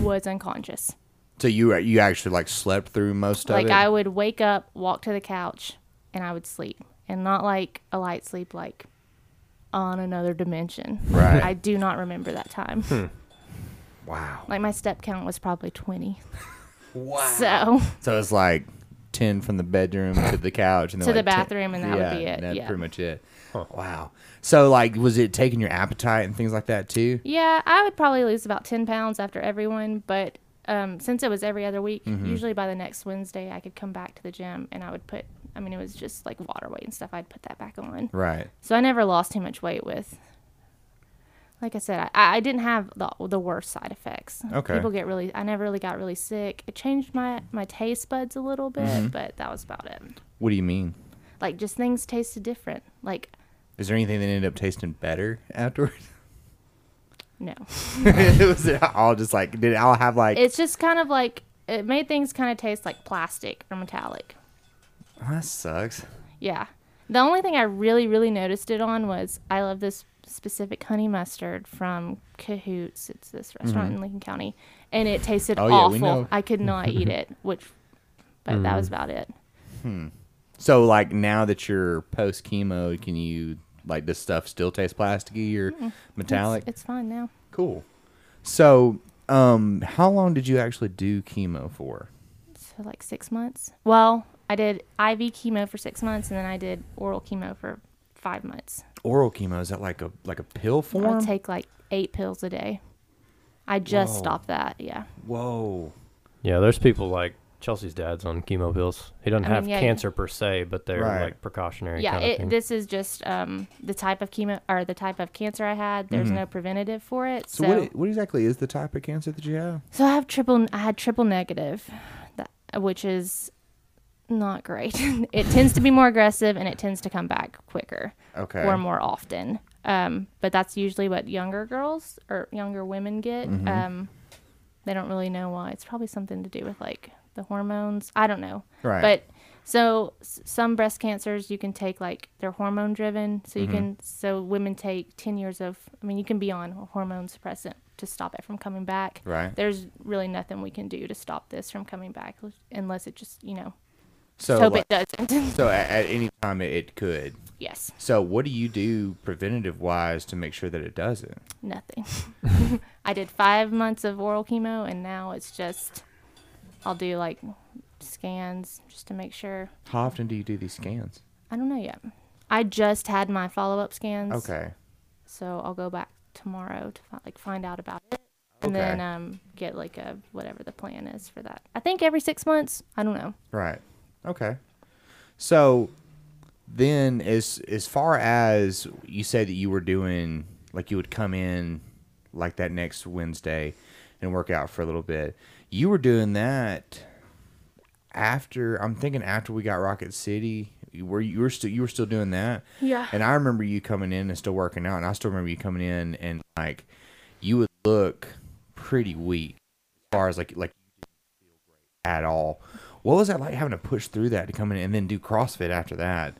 [SPEAKER 3] was unconscious.
[SPEAKER 1] So you you actually like slept through most of
[SPEAKER 3] like
[SPEAKER 1] it.
[SPEAKER 3] I would wake up, walk to the couch, and I would sleep, and not like a light sleep, like on another dimension.
[SPEAKER 1] Right.
[SPEAKER 3] I do not remember that time.
[SPEAKER 1] wow.
[SPEAKER 3] Like my step count was probably twenty.
[SPEAKER 1] Wow.
[SPEAKER 3] So
[SPEAKER 1] So it's like ten from the bedroom to the couch and then
[SPEAKER 3] To the
[SPEAKER 1] like 10
[SPEAKER 3] bathroom, and that would
[SPEAKER 1] yeah,
[SPEAKER 3] be it,
[SPEAKER 1] That's
[SPEAKER 3] yeah.
[SPEAKER 1] pretty much it. Wow. So like, was it taking your appetite and things like that too?
[SPEAKER 3] yeah, I would probably lose about ten pounds after everyone, but um, since it was every other week, usually by the next Wednesday, I could come back to the gym and I would put, I mean, it was just like water weight and stuff. I'd put that back on.
[SPEAKER 1] Right.
[SPEAKER 3] So I never lost too much weight with. Like I said, I, I didn't have the, the worst side effects.
[SPEAKER 1] Okay.
[SPEAKER 3] People get really, I never really got really sick. It changed my, my taste buds a little bit, but that was about it.
[SPEAKER 1] What do you mean?
[SPEAKER 3] Like just things tasted different. Like,
[SPEAKER 1] Is there anything that ended up tasting better
[SPEAKER 3] [laughs]
[SPEAKER 1] afterwards? [laughs]
[SPEAKER 3] no.
[SPEAKER 1] was it all just like did it all have like
[SPEAKER 3] It's just kind of like, it made things kind of taste like plastic or metallic.
[SPEAKER 1] "Oh, that sucks.
[SPEAKER 3] Yeah. The only thing I really, really noticed it on was I love this specific honey mustard from Cahoots. It's this restaurant in Lincoln County. And it tasted
[SPEAKER 1] Mm-hmm. Oh, yeah,
[SPEAKER 3] awful.
[SPEAKER 1] we know. Mm.
[SPEAKER 3] I could not
[SPEAKER 1] [laughs]
[SPEAKER 3] eat it, which, but that was about it.
[SPEAKER 1] So like now that you're post chemo, can you like this stuff still taste plasticky or metallic?
[SPEAKER 3] It's fine now.
[SPEAKER 1] cool. So um how long did you actually do chemo for?
[SPEAKER 3] So, like six months. Well, I did IV chemo for six months and then I did oral chemo for five months.
[SPEAKER 1] Oral chemo, is that like a like a pill
[SPEAKER 3] I
[SPEAKER 1] form?
[SPEAKER 3] take like eight pills a day. I just
[SPEAKER 1] Whoa.
[SPEAKER 3] stopped that. Yeah.
[SPEAKER 1] Whoa.
[SPEAKER 2] Yeah, there's people like Chelsea's dad's on chemo pills. He doesn't
[SPEAKER 3] I mean,
[SPEAKER 2] have
[SPEAKER 3] yeah,
[SPEAKER 2] cancer per se, but they're
[SPEAKER 1] Right.
[SPEAKER 2] like precautionary.
[SPEAKER 3] yeah
[SPEAKER 2] kind of
[SPEAKER 3] it,
[SPEAKER 2] thing.
[SPEAKER 3] this is just um, the type of chemo or the type of cancer i had there's no preventative for it
[SPEAKER 1] So,
[SPEAKER 3] so so,
[SPEAKER 1] what what exactly is the type of cancer that you have?
[SPEAKER 3] i have triple i had triple negative that, which is not great [laughs] it tends to be more aggressive and it tends to come back quicker
[SPEAKER 1] Okay.
[SPEAKER 3] or more often um, but that's usually what younger girls or younger women get
[SPEAKER 1] Mm-hmm.
[SPEAKER 3] um, they don't really know why it's probably something to do with like the hormones i don't know
[SPEAKER 1] Right.
[SPEAKER 3] but so s- some breast cancers you can take like they're hormone driven. So you can
[SPEAKER 1] Mm-hmm.
[SPEAKER 3] so women take 10 years of I mean you can be on a hormone suppressant to stop it from coming back.
[SPEAKER 1] Right.
[SPEAKER 3] There's really nothing we can do to stop this from coming back l- unless it just, you know,
[SPEAKER 1] so
[SPEAKER 3] hope
[SPEAKER 1] like,
[SPEAKER 3] it doesn't. [laughs]
[SPEAKER 1] so at, at any time it, it could.
[SPEAKER 3] yes.
[SPEAKER 1] So what do you do preventative wise to make sure that it doesn't?
[SPEAKER 3] Nothing. [laughs] I did 5 months of oral chemo and now it's just I'll do like scans just to make sure.
[SPEAKER 1] How often do you do these scans?
[SPEAKER 3] I don't know yet. I just had my follow-up scans.
[SPEAKER 1] Okay.
[SPEAKER 3] so I'll go back tomorrow to fi- like find out about it, and
[SPEAKER 1] Okay.
[SPEAKER 3] then um get like a whatever the plan is for that. I think every six months. I don't know.
[SPEAKER 1] Right. Okay. So then as as far as you said that you were doing like you would come in like that next Wednesday and work out for a little bit. You were doing that after I'm thinking after we got Rocket City, you were you were still you were still doing that.
[SPEAKER 3] Yeah.
[SPEAKER 1] [sighs] And I remember you coming in and still working out and I still remember you coming in and like you would look pretty weak as far as like like at all. What was that like having to push through that to come in and then do CrossFit after
[SPEAKER 3] [laughs]
[SPEAKER 1] that?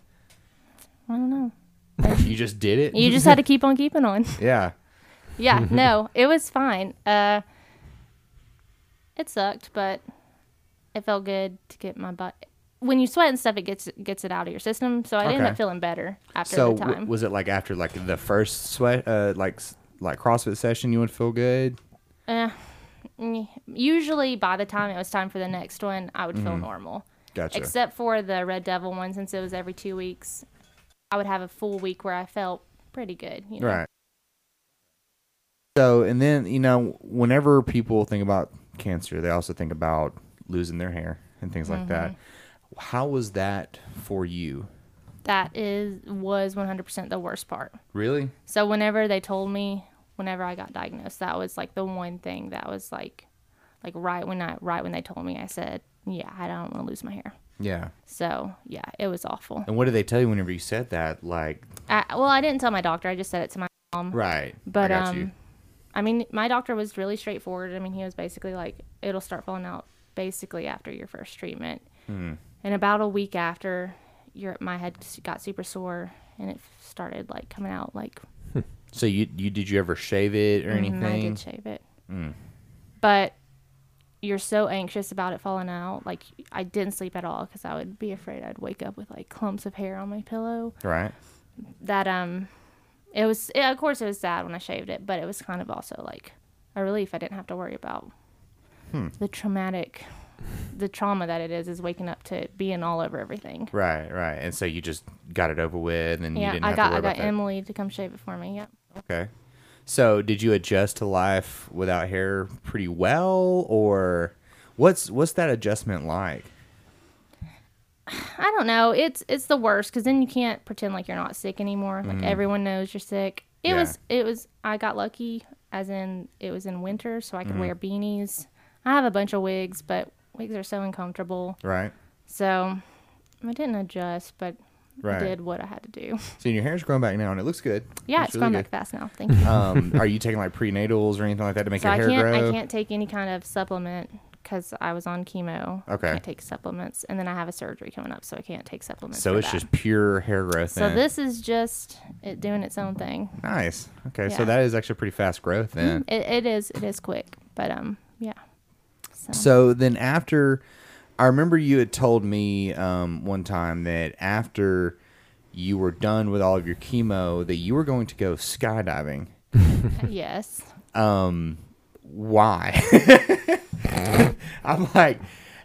[SPEAKER 3] I don't know.
[SPEAKER 1] You just did it?
[SPEAKER 3] You just had to keep on keeping on.
[SPEAKER 1] [laughs]
[SPEAKER 3] [laughs]
[SPEAKER 1] yeah. [laughs]
[SPEAKER 3] Yeah. no, it was fine. Uh, it sucked, but it felt good to get my butt. When you sweat and stuff, it gets gets it out of your system. So I ended
[SPEAKER 1] Okay.
[SPEAKER 3] up feeling better after
[SPEAKER 1] So
[SPEAKER 3] the
[SPEAKER 1] w-
[SPEAKER 3] time.
[SPEAKER 1] was it like after like the first sweat uh like s- like CrossFit session you would feel good?
[SPEAKER 3] Mm, Usually, by the time it was time for the next one, I would feel
[SPEAKER 1] Mm-hmm.
[SPEAKER 3] normal.
[SPEAKER 1] Gotcha.
[SPEAKER 3] except for the Red Devil one, since it was every two weeks. I would have a full week where I felt pretty good. You know?
[SPEAKER 1] Right. So, and then, you know, whenever people think about cancer, they also think about losing their hair and things like that.
[SPEAKER 3] Mm-hmm.
[SPEAKER 1] How was that for you?
[SPEAKER 3] That is was 100% the worst part.
[SPEAKER 1] Really?
[SPEAKER 3] So whenever they told me, whenever I got diagnosed, that was like the one thing that was like, like right when I right when they told me, I said, yeah, I don't want to lose my hair.
[SPEAKER 1] Yeah.
[SPEAKER 3] So yeah, it was awful.
[SPEAKER 1] And what did they tell you whenever you said that? Like,
[SPEAKER 3] I, well, I didn't tell my doctor. I just said it to my mom.
[SPEAKER 1] right. I
[SPEAKER 3] But
[SPEAKER 1] got
[SPEAKER 3] um,
[SPEAKER 1] you.
[SPEAKER 3] I mean, my doctor was really straightforward. I mean, he was basically like, "It'll start falling out basically after your first treatment." And about a week after, your my head s- got super sore, and it f- started like coming out like
[SPEAKER 1] So you you did you ever shave it or
[SPEAKER 3] mm, I
[SPEAKER 1] anything?
[SPEAKER 3] did shave it,
[SPEAKER 1] Mm.
[SPEAKER 3] but you're so anxious about it falling out. Like I didn't sleep at all because I would be afraid I'd wake up with like clumps of hair on my pillow.
[SPEAKER 1] Right.
[SPEAKER 3] That um, it was yeah, of course it was sad when I shaved it, but it was kind of also like a relief. I didn't have to worry about
[SPEAKER 1] Hmm.
[SPEAKER 3] the traumatic, the trauma that it is is waking up to being all over everything.
[SPEAKER 1] Right, right. And so you just got it over with and you
[SPEAKER 3] Yeah,
[SPEAKER 1] didn't
[SPEAKER 3] I
[SPEAKER 1] have
[SPEAKER 3] got
[SPEAKER 1] to worry
[SPEAKER 3] I got
[SPEAKER 1] about
[SPEAKER 3] Emily to come shave it for me. Yep.
[SPEAKER 1] that. Okay. So, did you adjust to life without hair pretty well, or what's what's that adjustment like?
[SPEAKER 3] I don't know. It's it's the worst because then you can't pretend like you're not sick anymore. Like everyone knows you're sick. It
[SPEAKER 1] Mm-hmm. Yeah.
[SPEAKER 3] was it was. I got lucky, as in it was in winter, so I
[SPEAKER 1] Mm-hmm.
[SPEAKER 3] could wear beanies. I have a bunch of wigs, but wigs are so uncomfortable.
[SPEAKER 1] Right,
[SPEAKER 3] So I didn't adjust, but I
[SPEAKER 1] right.
[SPEAKER 3] did what I had to do. [laughs]
[SPEAKER 1] So your hair's growing back now, and it looks good.
[SPEAKER 3] yeah,
[SPEAKER 1] Looks
[SPEAKER 3] it's going
[SPEAKER 1] really
[SPEAKER 3] back fast now.
[SPEAKER 1] [laughs]
[SPEAKER 3] Thank you.
[SPEAKER 1] good.
[SPEAKER 3] [laughs]
[SPEAKER 1] Um, are you taking like prenatals or anything like that to make your
[SPEAKER 3] so I
[SPEAKER 1] hair
[SPEAKER 3] can't
[SPEAKER 1] grow?
[SPEAKER 3] I can't take any kind of supplement because I was on chemo.
[SPEAKER 1] Okay.
[SPEAKER 3] I can't take supplements, and then I have a surgery coming up, so I can't take supplements.
[SPEAKER 1] So
[SPEAKER 3] for
[SPEAKER 1] it's
[SPEAKER 3] that.
[SPEAKER 1] just eh. pure hair growth.
[SPEAKER 3] So
[SPEAKER 1] then.
[SPEAKER 3] this is just it doing its own thing.
[SPEAKER 1] nice. Okay, so
[SPEAKER 3] Yeah. Mm,
[SPEAKER 1] that is actually pretty fast growth then.
[SPEAKER 3] It, it is it is quick, but um yeah. So,
[SPEAKER 1] So then after, I remember you had told me um, one time that after you were done with all of your chemo, that you were going to go skydiving.
[SPEAKER 3] yes,
[SPEAKER 1] Why? [laughs] I'm like,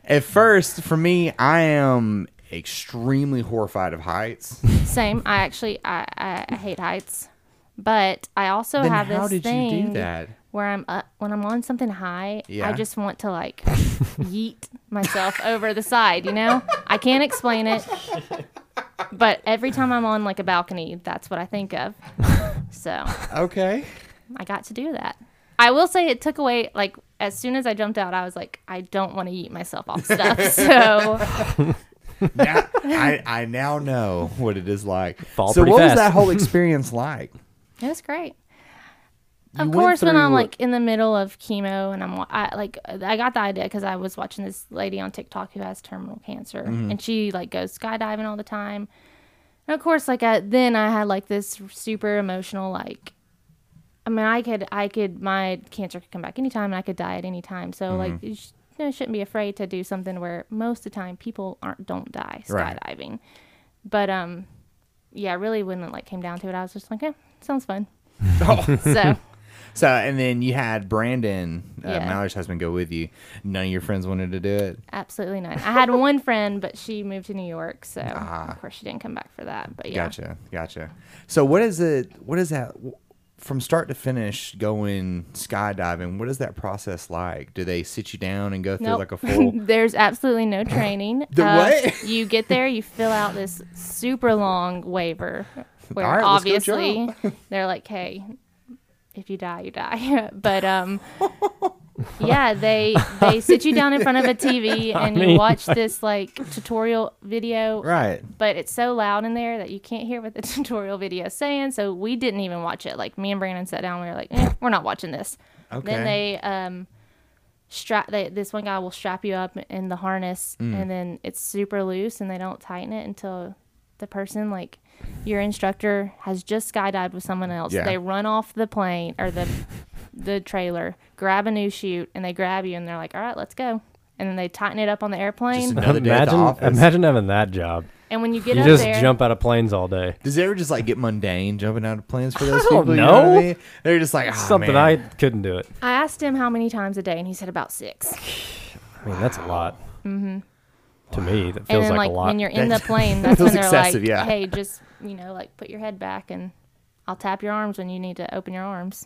[SPEAKER 1] at first, for me, I am extremely horrified of heights.
[SPEAKER 3] same. I actually I, I, I hate heights, but I also
[SPEAKER 1] then
[SPEAKER 3] have this
[SPEAKER 1] how did
[SPEAKER 3] thing
[SPEAKER 1] you do that?
[SPEAKER 3] where I'm up when I'm on something high.
[SPEAKER 1] Yeah.
[SPEAKER 3] I just want
[SPEAKER 1] [laughs]
[SPEAKER 3] to like yeet myself over the side. You know, I can't explain it, but every time I'm on like a balcony, that's what I think of. So.
[SPEAKER 1] Okay.
[SPEAKER 3] I got to do that. I will say it took away like as soon as I jumped out, I was like, I don't want to eat myself off
[SPEAKER 1] [laughs]
[SPEAKER 3] stuff. So
[SPEAKER 1] now, I, I now know what it is like.
[SPEAKER 2] Fall
[SPEAKER 1] so
[SPEAKER 2] pretty
[SPEAKER 1] what was
[SPEAKER 2] fast.
[SPEAKER 1] that
[SPEAKER 2] [laughs]
[SPEAKER 1] whole experience like?
[SPEAKER 3] it was great.
[SPEAKER 1] You
[SPEAKER 3] Of
[SPEAKER 1] went
[SPEAKER 3] course, when
[SPEAKER 1] through
[SPEAKER 3] I'm
[SPEAKER 1] a-
[SPEAKER 3] like in the middle of chemo and I'm wa- I, like, I got the idea because I was watching this lady on TikTok who has terminal cancer,
[SPEAKER 1] Mm-hmm.
[SPEAKER 3] and she like goes skydiving all the time. And of course, like I, then I had like this super emotional like. I mean, I could, I could, my cancer could come back anytime, and I could die at any time. So like,
[SPEAKER 1] Mm-hmm.
[SPEAKER 3] you, sh- you know, shouldn't be afraid to do something where most of the time people aren't don't die
[SPEAKER 1] Right.
[SPEAKER 3] skydiving. But um, yeah, really, when it like came down to it, I was just like, yeah,
[SPEAKER 1] [laughs]
[SPEAKER 3] sounds fun.
[SPEAKER 1] Oh.
[SPEAKER 3] [laughs] so
[SPEAKER 1] So, and then you had Brandon, uh,
[SPEAKER 3] Yeah.
[SPEAKER 1] Mallory's husband, go with you. None of your friends wanted to do it.
[SPEAKER 3] Absolutely not. I had one friend, but she moved to New York, so
[SPEAKER 1] Ah.
[SPEAKER 3] of course she didn't come back for that. But yeah,
[SPEAKER 1] Gotcha, gotcha. So, what is it? What is that? From start to finish, going skydiving, what is that process like? Do they sit you down and go through
[SPEAKER 3] Nope.
[SPEAKER 1] like a
[SPEAKER 3] [laughs]
[SPEAKER 1] full?
[SPEAKER 3] There's
[SPEAKER 1] [laughs]
[SPEAKER 3] absolutely no training. Uh,
[SPEAKER 1] The what?
[SPEAKER 3] you get there, you fill out this super long
[SPEAKER 1] [laughs]
[SPEAKER 3] waiver, where
[SPEAKER 1] All right, let's go
[SPEAKER 3] obviously [laughs] they're like, "Hey, if you die, you die." [laughs]
[SPEAKER 1] [laughs]
[SPEAKER 3] but um, yeah, they they sit you down in front of
[SPEAKER 1] [laughs]
[SPEAKER 3] a TV and you
[SPEAKER 2] mean,
[SPEAKER 3] watch this like tutorial video
[SPEAKER 1] right.
[SPEAKER 3] but it's so loud in there that you can't hear what the [laughs] tutorial video is saying. So we didn't even watch it. Like me and Brandon sat down. We were like, eh, we're not watching this.
[SPEAKER 1] Okay.
[SPEAKER 3] Then they um strap. They, this one guy will strap you up in the harness,
[SPEAKER 2] Mm.
[SPEAKER 3] and then it's super loose, and they don't tighten it until the person like your instructor has just skydived with someone else.
[SPEAKER 1] Yeah.
[SPEAKER 3] They run off the plane or the the trailer, grab a new chute, and they grab you, and they're like, all right, let's go. And then they tighten it up on the [laughs] airplane.
[SPEAKER 1] another- Another day at the
[SPEAKER 2] imagine,
[SPEAKER 1] office.
[SPEAKER 2] imagine having that job.
[SPEAKER 3] and when you get
[SPEAKER 2] you
[SPEAKER 3] up
[SPEAKER 2] just
[SPEAKER 3] there,
[SPEAKER 2] jump out of planes all day.
[SPEAKER 1] Does it ever just like get mundane jumping out of planes
[SPEAKER 2] [laughs]
[SPEAKER 1] for those
[SPEAKER 2] don't
[SPEAKER 1] people? You know what I
[SPEAKER 2] know.
[SPEAKER 1] mean? They're just like "Ah,
[SPEAKER 2] Something
[SPEAKER 1] man."
[SPEAKER 2] I couldn't do it.
[SPEAKER 3] I asked him how many times a day, and he said about six.
[SPEAKER 2] I mean, that's a lot. Mm-hmm. To me, that
[SPEAKER 3] and
[SPEAKER 2] feels
[SPEAKER 3] then,
[SPEAKER 2] like,
[SPEAKER 3] like,
[SPEAKER 2] a lot.
[SPEAKER 3] when you're
[SPEAKER 1] [laughs]
[SPEAKER 3] in the
[SPEAKER 1] That-
[SPEAKER 3] plane, that's
[SPEAKER 1] feels
[SPEAKER 3] when they're like,
[SPEAKER 1] excessive, yeah.
[SPEAKER 3] "Hey, just you know, like put your head back, and I'll tap your arms when you need to open your arms."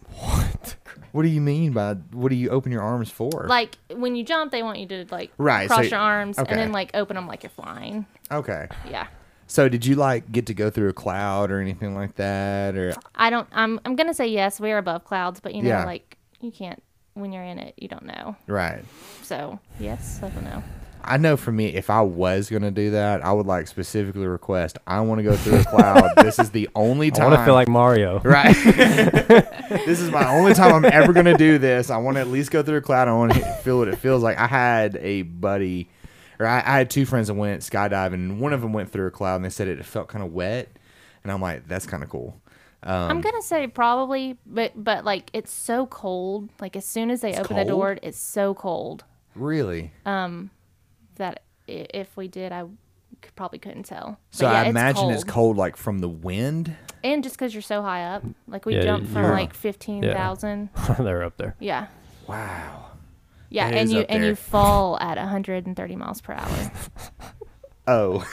[SPEAKER 1] What do you mean by what do you open your arms for?
[SPEAKER 3] Like when you jump, they want you to like
[SPEAKER 1] Right, so
[SPEAKER 3] cross
[SPEAKER 1] y-
[SPEAKER 3] your arms
[SPEAKER 1] okay.
[SPEAKER 3] and then like open them like you're flying.
[SPEAKER 1] okay.
[SPEAKER 3] Yeah,
[SPEAKER 1] So did you like get to go through a cloud or anything like that or
[SPEAKER 3] I don't. I'm I'm gonna say yes. We are above clouds, but you know,
[SPEAKER 1] Yeah.
[SPEAKER 3] like you can't when you're in it, you don't know.
[SPEAKER 1] right?
[SPEAKER 3] So yes, I don't know.
[SPEAKER 1] I know for me, if I was gonna do that, I would like specifically request I want to go through a cloud. this is the only
[SPEAKER 2] [laughs] I
[SPEAKER 1] time.
[SPEAKER 2] want to feel like Mario. [laughs]
[SPEAKER 1] right. this is my only time I'm ever gonna do this. I want to at least go through a cloud. I want to feel what it feels like. I had a buddy, or I, I had two friends that went skydiving. and One of them went through a cloud, and they said it felt kind of wet. And I'm like, that's kind of cool. Um,
[SPEAKER 3] I'm gonna say probably, but but like it's so cold. Like as soon as they open the
[SPEAKER 1] cold?
[SPEAKER 3] door, it's so cold.
[SPEAKER 1] Really?
[SPEAKER 3] that i- if we did, I could, probably couldn't tell.
[SPEAKER 1] so
[SPEAKER 3] But yeah,
[SPEAKER 1] I imagine it's cold, like from the wind.
[SPEAKER 3] And just because you're so high up, like we
[SPEAKER 2] Yeah,
[SPEAKER 3] jumped from
[SPEAKER 2] you're-
[SPEAKER 3] like fifteen thousand.
[SPEAKER 2] They're up there.
[SPEAKER 3] Yeah.
[SPEAKER 1] Wow.
[SPEAKER 3] Yeah,
[SPEAKER 1] That
[SPEAKER 3] and
[SPEAKER 1] is
[SPEAKER 3] you
[SPEAKER 1] up
[SPEAKER 3] and
[SPEAKER 1] there.
[SPEAKER 3] you fall at 130 miles per hour.
[SPEAKER 1] [laughs]
[SPEAKER 2] [laughs]
[SPEAKER 1] Oh.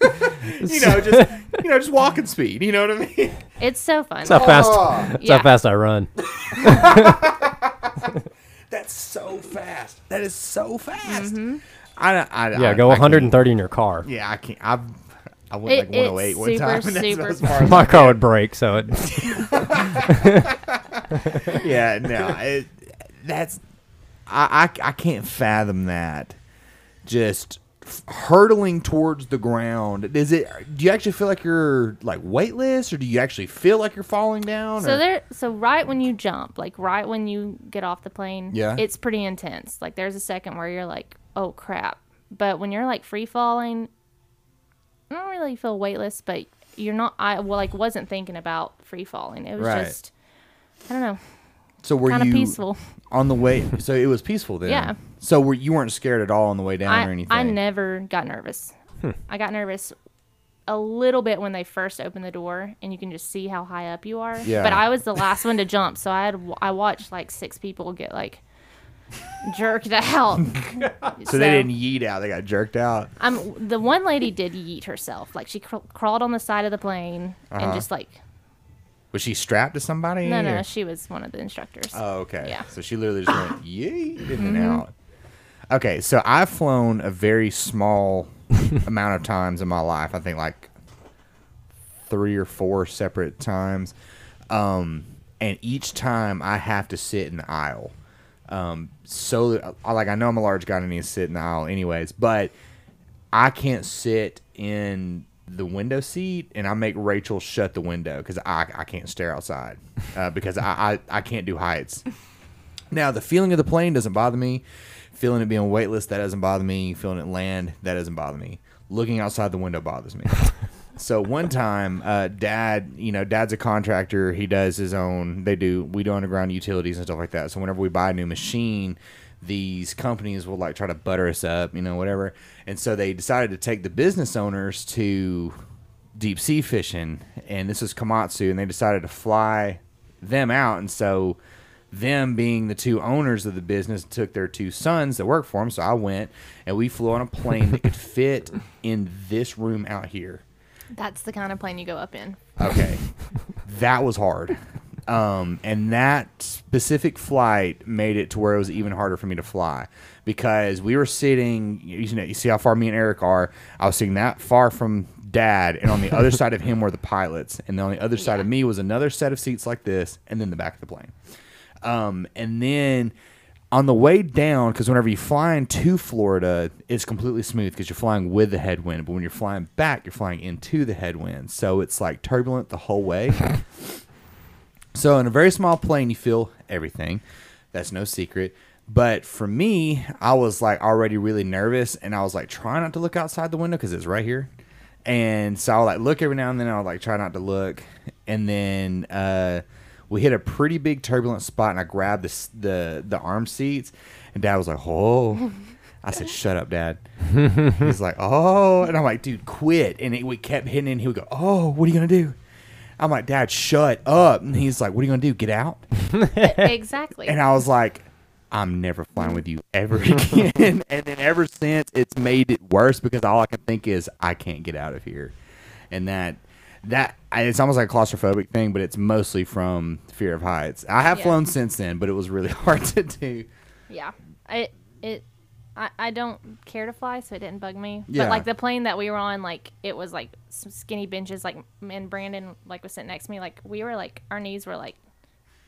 [SPEAKER 1] you know, just you know, just walking speed. You know what I mean?
[SPEAKER 3] It's so fun.
[SPEAKER 2] It's how fast.
[SPEAKER 1] Ah.
[SPEAKER 2] It's
[SPEAKER 3] Yeah.
[SPEAKER 2] how fast I run.
[SPEAKER 1] That's so fast. That is so fast.
[SPEAKER 3] Mm-hmm.
[SPEAKER 1] I, I, I,
[SPEAKER 2] Yeah, go
[SPEAKER 1] I can't-
[SPEAKER 2] 130 in your car.
[SPEAKER 1] Yeah, I can't. I've, I went
[SPEAKER 3] It-
[SPEAKER 1] like 108 one
[SPEAKER 3] it's
[SPEAKER 1] time. [laughs]
[SPEAKER 3] super,
[SPEAKER 1] and that's
[SPEAKER 3] super
[SPEAKER 1] as far as
[SPEAKER 2] My car would break, so it, [laughs]
[SPEAKER 1] yeah, no, it, that's I, I I can't fathom that. Just f- hurtling towards the ground. Does it? Do you actually feel like you're like weightless, or do you actually feel like you're falling down?
[SPEAKER 3] So
[SPEAKER 1] or-
[SPEAKER 3] there, so right when you jump, like right when you get off the plane,
[SPEAKER 1] Yeah.
[SPEAKER 3] it's pretty intense. Like there's a second where you're like, oh crap. But when you're like free falling, I don't really feel weightless, but you're not. I well, like wasn't thinking about free falling. It was
[SPEAKER 1] Right.
[SPEAKER 3] just, I don't know,
[SPEAKER 1] so were
[SPEAKER 3] kind of
[SPEAKER 1] you
[SPEAKER 3] peaceful.
[SPEAKER 1] on the way? So it was peaceful then.
[SPEAKER 3] Yeah.
[SPEAKER 1] So were, you weren't scared at all on the way down or
[SPEAKER 3] I,
[SPEAKER 1] anything?
[SPEAKER 3] I never got nervous. I got nervous a little bit when they first opened the door, and you can just see how high up you are.
[SPEAKER 1] Yeah.
[SPEAKER 3] But I was the last one to jump, so I had I watched like six people get like jerked out.
[SPEAKER 1] So they didn't yeet out. They got jerked out.
[SPEAKER 3] I'm the one lady did yeet herself. Like she cr- crawled on the side of the plane
[SPEAKER 1] Uh-huh.
[SPEAKER 3] and just like
[SPEAKER 1] Was she strapped to somebody?
[SPEAKER 3] no no
[SPEAKER 1] or-
[SPEAKER 3] she was one of the instructors.
[SPEAKER 1] Oh, okay.
[SPEAKER 3] Yeah.
[SPEAKER 1] So she literally just went yeet in and out. Okay, so I've flown a very small amount of times in my life. I think like three or four separate times. Um, and each time I have to sit in the aisle. Um, so that- I- like I know I'm a large guy and I need to sit in the aisle anyways, but I can't sit in the window seat, and I make Rachel shut the window because I, I can't stare outside uh, because I, I, I can't do heights. Now, the feeling of the plane doesn't bother me. Feeling it being weightless, that doesn't bother me. Feeling it land, that doesn't bother me. Looking outside the window bothers me. so one time, uh, dad, you know, dad's a contractor. He does his own, they do, we do underground utilities and stuff like that. So whenever we buy a new machine, these companies will like try to butter us up, you know, whatever. And so they decided to take the business owners to deep sea fishing, and this was Komatsu, and they decided to fly them out, and so them being the two owners of the business took their two sons that work for them. So I went, and we flew on a plane that could fit in this room out here.
[SPEAKER 3] That's the kind of plane you go up in.
[SPEAKER 1] Okay. that was hard. Um, and that specific flight made it to where it was even harder for me to fly because we were sitting, you know, you see how far me and Eric are. I was sitting that far from dad, and on the other side of him were the pilots. And then on the other side of me was another set of seats like this, and then the back of the plane. Um, and then on the way down, because whenever you fly into Florida, it's completely smooth because you're flying with the headwind. But when you're flying back, you're flying into the headwind. So it's like turbulent the whole way. so in a very small plane, you feel everything. That's no secret. But for me, I was like already really nervous and I was like trying not to look outside the window because it's right here. And so I would like look every now and then. I would like try not to look. And then, uh, we hit a pretty big turbulent spot, and I grabbed the s- the the arm seats, and Dad was like, "Oh," I said, "Shut up, Dad." He's like, "Oh," and I'm like, "Dude, quit!" And it, we kept hitting, it, and he would go, "Oh, what are you gonna do?" I'm like, "Dad, shut up!" And he's like, "What are you gonna do? Get out?"
[SPEAKER 3] exactly.
[SPEAKER 1] And I was like, I'm never flying with you ever [laughs] again. and then ever since, it's made it worse because all I can think is I can't get out of here, and that that I- it's almost like a claustrophobic thing, but it's mostly from fear of heights. I have
[SPEAKER 3] Yeah.
[SPEAKER 1] flown since then, but it was really [laughs] hard to do.
[SPEAKER 3] Yeah. It it I, I don't care to fly, so it didn't bug me.
[SPEAKER 1] Yeah.
[SPEAKER 3] But like the plane that we were on, like it was like some skinny benches. Like and Brandon like was sitting next to me. Like we were like our knees were like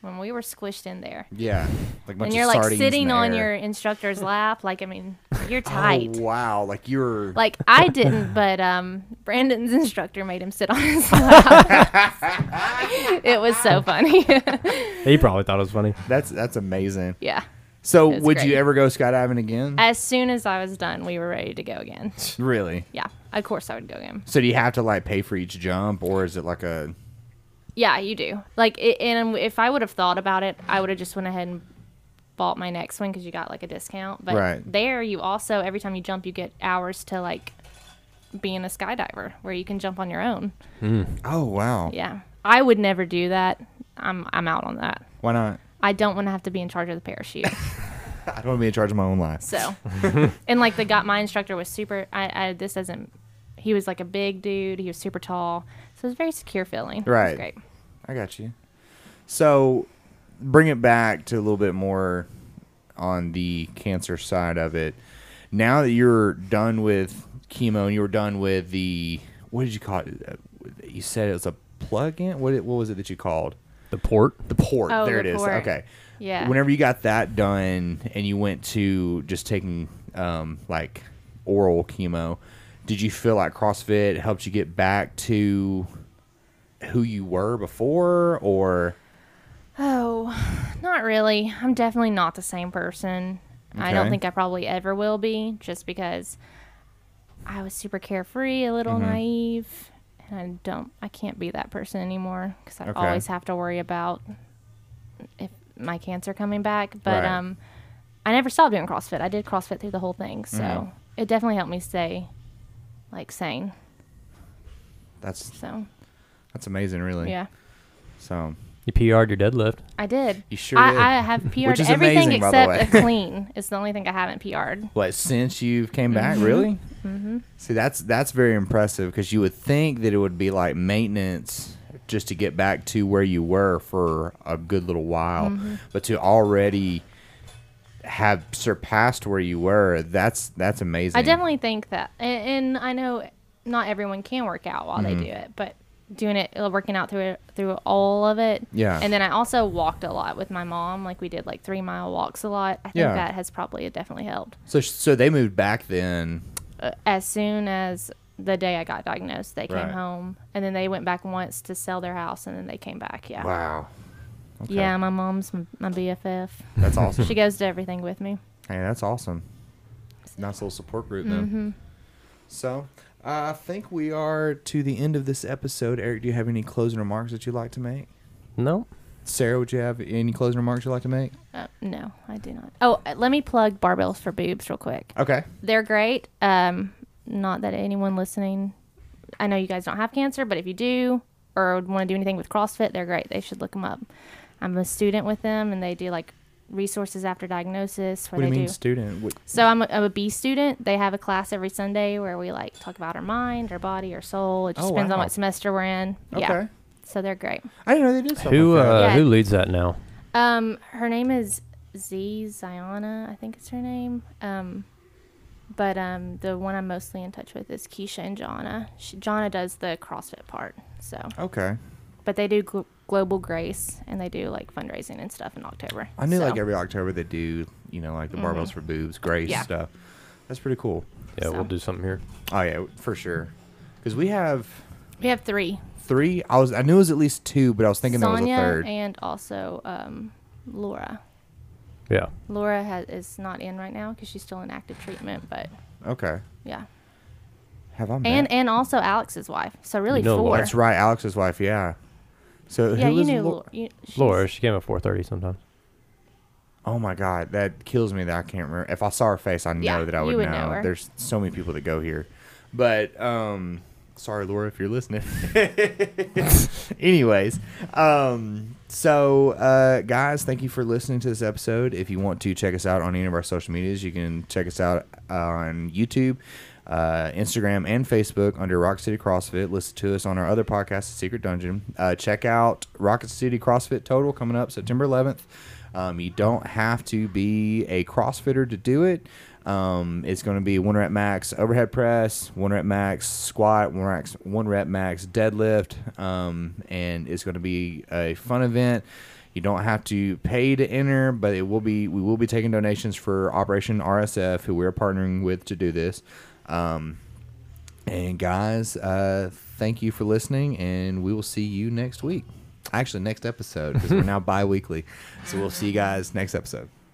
[SPEAKER 3] when we were squished in there,
[SPEAKER 1] Yeah, like a bunch
[SPEAKER 3] and
[SPEAKER 1] of
[SPEAKER 3] you're like
[SPEAKER 1] sardines in
[SPEAKER 3] sitting
[SPEAKER 1] the
[SPEAKER 3] on your
[SPEAKER 1] air. [laughs]
[SPEAKER 3] instructor's lap. Like I mean, you're
[SPEAKER 1] Oh,
[SPEAKER 3] tight.
[SPEAKER 1] wow, like you're
[SPEAKER 3] Like
[SPEAKER 1] [laughs]
[SPEAKER 3] I didn't, but um, Brandon's instructor made him sit on his [laughs] lap. it was so funny. [laughs]
[SPEAKER 2] he probably thought it was funny.
[SPEAKER 1] that's that's amazing.
[SPEAKER 3] yeah.
[SPEAKER 1] So
[SPEAKER 3] It's
[SPEAKER 1] would you
[SPEAKER 3] great.
[SPEAKER 1] ever go skydiving again?
[SPEAKER 3] As soon as I was done, we were ready to go
[SPEAKER 1] [laughs]
[SPEAKER 3] again.
[SPEAKER 1] really?
[SPEAKER 3] Yeah, of course I would go again.
[SPEAKER 1] So do you have to like pay for each jump, or is it like a
[SPEAKER 3] Yeah, you do. Like, it, and if I would have thought about it, I would have just went ahead and bought my next one because you got like a discount. But
[SPEAKER 1] Right.
[SPEAKER 3] there, you also every time you jump, you get hours to like being a skydiver where you can jump on your own.
[SPEAKER 1] oh wow?
[SPEAKER 3] Yeah, I would never do that. I'm I'm out on that.
[SPEAKER 1] Why not?
[SPEAKER 3] I don't want to have to be in charge of
[SPEAKER 1] [laughs]
[SPEAKER 3] the parachute.
[SPEAKER 1] I don't want to be in charge of my own life.
[SPEAKER 3] So, and like the got my instructor was super. I, I this doesn't. He was like a big dude. He was super tall. So it was a very secure feeling. It was
[SPEAKER 1] Right.
[SPEAKER 3] great.
[SPEAKER 4] yeah.
[SPEAKER 1] I got you.
[SPEAKER 4] So
[SPEAKER 1] Bring it back to a little bit more on the cancer side of it. Now that you're done with chemo and you were done with the what did you call it? Uh, You said it was a plug-in. What it, what was it that you called?
[SPEAKER 2] The port.
[SPEAKER 1] The port.
[SPEAKER 3] Oh,
[SPEAKER 1] there
[SPEAKER 3] the
[SPEAKER 1] it is.
[SPEAKER 3] port.
[SPEAKER 1] Okay.
[SPEAKER 3] Yeah.
[SPEAKER 1] Whenever you got that done and you went to just taking um, like oral chemo, did you feel like CrossFit helped you get back to who you were before or
[SPEAKER 3] Oh, [sighs] not really. I'm definitely not the same person. I don't
[SPEAKER 1] Okay.
[SPEAKER 3] think I probably ever will be, just because I was super carefree, a little
[SPEAKER 1] Mm-hmm.
[SPEAKER 3] naive, and I don't. I can't be that person anymore because I
[SPEAKER 1] Okay.
[SPEAKER 3] always have to worry about if my cancer coming back. But
[SPEAKER 1] Right.
[SPEAKER 3] um, I never stopped doing CrossFit. I did CrossFit through the whole thing, so
[SPEAKER 1] Mhm.
[SPEAKER 3] it definitely helped me stay like sane.
[SPEAKER 1] that's
[SPEAKER 3] So
[SPEAKER 1] that's amazing really.
[SPEAKER 3] yeah,
[SPEAKER 1] So
[SPEAKER 2] You PR'd your deadlift.
[SPEAKER 3] I did.
[SPEAKER 1] You sure
[SPEAKER 3] I,
[SPEAKER 1] did.
[SPEAKER 3] I have
[SPEAKER 1] [laughs]
[SPEAKER 3] PR'd
[SPEAKER 1] is
[SPEAKER 3] everything
[SPEAKER 1] amazing, by the
[SPEAKER 3] except
[SPEAKER 1] [laughs]
[SPEAKER 3] a clean. It's the only thing I haven't PR'd.
[SPEAKER 1] What since you've came back, really? Mm-hmm. See, that's that's very impressive because you would think that it would be like maintenance just to get back to where you were for a good little while, but to already have surpassed where you were, that's that's amazing.
[SPEAKER 3] I definitely think that, and, and I know not everyone can work out while
[SPEAKER 1] Mm-hmm.
[SPEAKER 3] they do it, but doing it, uh, working out through it, through all of it.
[SPEAKER 1] Yeah.
[SPEAKER 3] And then I also walked a lot with my mom. Like we did like three mile walks a lot. I think
[SPEAKER 1] Yeah.
[SPEAKER 3] that has probably definitely helped.
[SPEAKER 1] so so they moved back then.
[SPEAKER 3] As soon as the day I got diagnosed, they came
[SPEAKER 1] Right.
[SPEAKER 3] home, and then they went back once to sell their house, and then they came back. Yeah.
[SPEAKER 1] Wow,
[SPEAKER 3] Yeah, my mom's m- my BFF.
[SPEAKER 1] that's awesome. [laughs]
[SPEAKER 3] She goes to everything with me.
[SPEAKER 1] Hey, that's awesome. Nice little support group, though. So, uh, I think we are to the end of this episode. Eric, do you have any closing remarks that you'd like to make?
[SPEAKER 2] No.
[SPEAKER 1] Sarah, would you have any closing remarks you'd like to make?
[SPEAKER 3] Uh, no, I do not. Oh, uh, let me plug barbells for boobs real quick.
[SPEAKER 1] Okay.
[SPEAKER 3] They're great. Um, not that anyone listening, I know you guys don't have cancer, but if you do or want to do anything with CrossFit, they're great. They should look them up. I'm a student with them, and they do like resources after diagnosis. Where
[SPEAKER 1] What do you
[SPEAKER 3] they
[SPEAKER 1] mean,
[SPEAKER 3] do.
[SPEAKER 1] student? What,
[SPEAKER 3] So I'm a, I'm a B student. They have a class every Sunday where we like talk about our mind, our body, our soul. It just
[SPEAKER 1] Oh,
[SPEAKER 3] depends on
[SPEAKER 1] wow.
[SPEAKER 3] what semester we're in. Yeah.
[SPEAKER 1] Okay.
[SPEAKER 3] So they're great.
[SPEAKER 1] I didn't know they did something.
[SPEAKER 2] Who
[SPEAKER 1] like that.
[SPEAKER 2] uh,
[SPEAKER 3] Yeah.
[SPEAKER 2] who leads that now?
[SPEAKER 3] Um, her name is Z Ziana, I think it's her name. Um, but um, the one I'm mostly in touch with is Keisha and Jonna. She, Jonna does the CrossFit part, so.
[SPEAKER 1] Okay.
[SPEAKER 3] But they do gl- Global Grace, and they do like fundraising and stuff in October.
[SPEAKER 1] I knew
[SPEAKER 3] so. Mm-hmm.
[SPEAKER 1] like every October they do, you know, like the barbells for boobs, grace
[SPEAKER 3] Yeah.
[SPEAKER 1] stuff. That's pretty cool.
[SPEAKER 2] Yeah,
[SPEAKER 3] So.
[SPEAKER 2] we'll do something here.
[SPEAKER 1] Oh yeah, for sure. Because we have
[SPEAKER 3] We have three.
[SPEAKER 1] three. I was I knew it was at least two, but I was thinking there was a
[SPEAKER 3] Sonia
[SPEAKER 1] third.
[SPEAKER 3] and also um, Laura.
[SPEAKER 2] Yeah.
[SPEAKER 3] Laura has, is not in right now because she's still in active treatment, but
[SPEAKER 1] okay.
[SPEAKER 3] yeah.
[SPEAKER 1] Have I met?
[SPEAKER 3] And and also Alex's wife. So really
[SPEAKER 2] know
[SPEAKER 3] four.
[SPEAKER 2] Laura.
[SPEAKER 1] That's right, Alex's wife. Yeah. So
[SPEAKER 3] Yeah,
[SPEAKER 1] who
[SPEAKER 3] you
[SPEAKER 1] is
[SPEAKER 3] knew
[SPEAKER 1] Lo-
[SPEAKER 3] Laura. You, she's-
[SPEAKER 2] Laura, she came at 4:30 sometimes.
[SPEAKER 1] Oh my god, that kills me that I can't remember. If I saw her face, I know
[SPEAKER 3] Yeah,
[SPEAKER 1] that I
[SPEAKER 3] you
[SPEAKER 1] would,
[SPEAKER 3] would
[SPEAKER 1] know.
[SPEAKER 3] know her.
[SPEAKER 1] There's so many people that go here, but um, sorry, Laura, if you're listening. [laughs] Anyways, um, so uh, guys, thank you for listening to this episode. If you want to check us out on any of our social medias, you can check us out uh, on YouTube. Uh, Instagram and Facebook under Rock City CrossFit. Listen to us on our other podcast, The Secret Dungeon. Uh, check out Rocket City CrossFit Total coming up September 11th. Um, you don't have to be a CrossFitter to do it. Um, it's going to be one rep max overhead press, one rep max squat, one rep, one rep max deadlift, um, and it's going to be a fun event. You don't have to pay to enter, but it will be we will be taking donations for Operation RSF, who we're partnering with to do this. Um, and guys, uh, thank you for listening, and we will see you next week. Actually, next episode because we're now bi-weekly. So we'll see you guys next episode.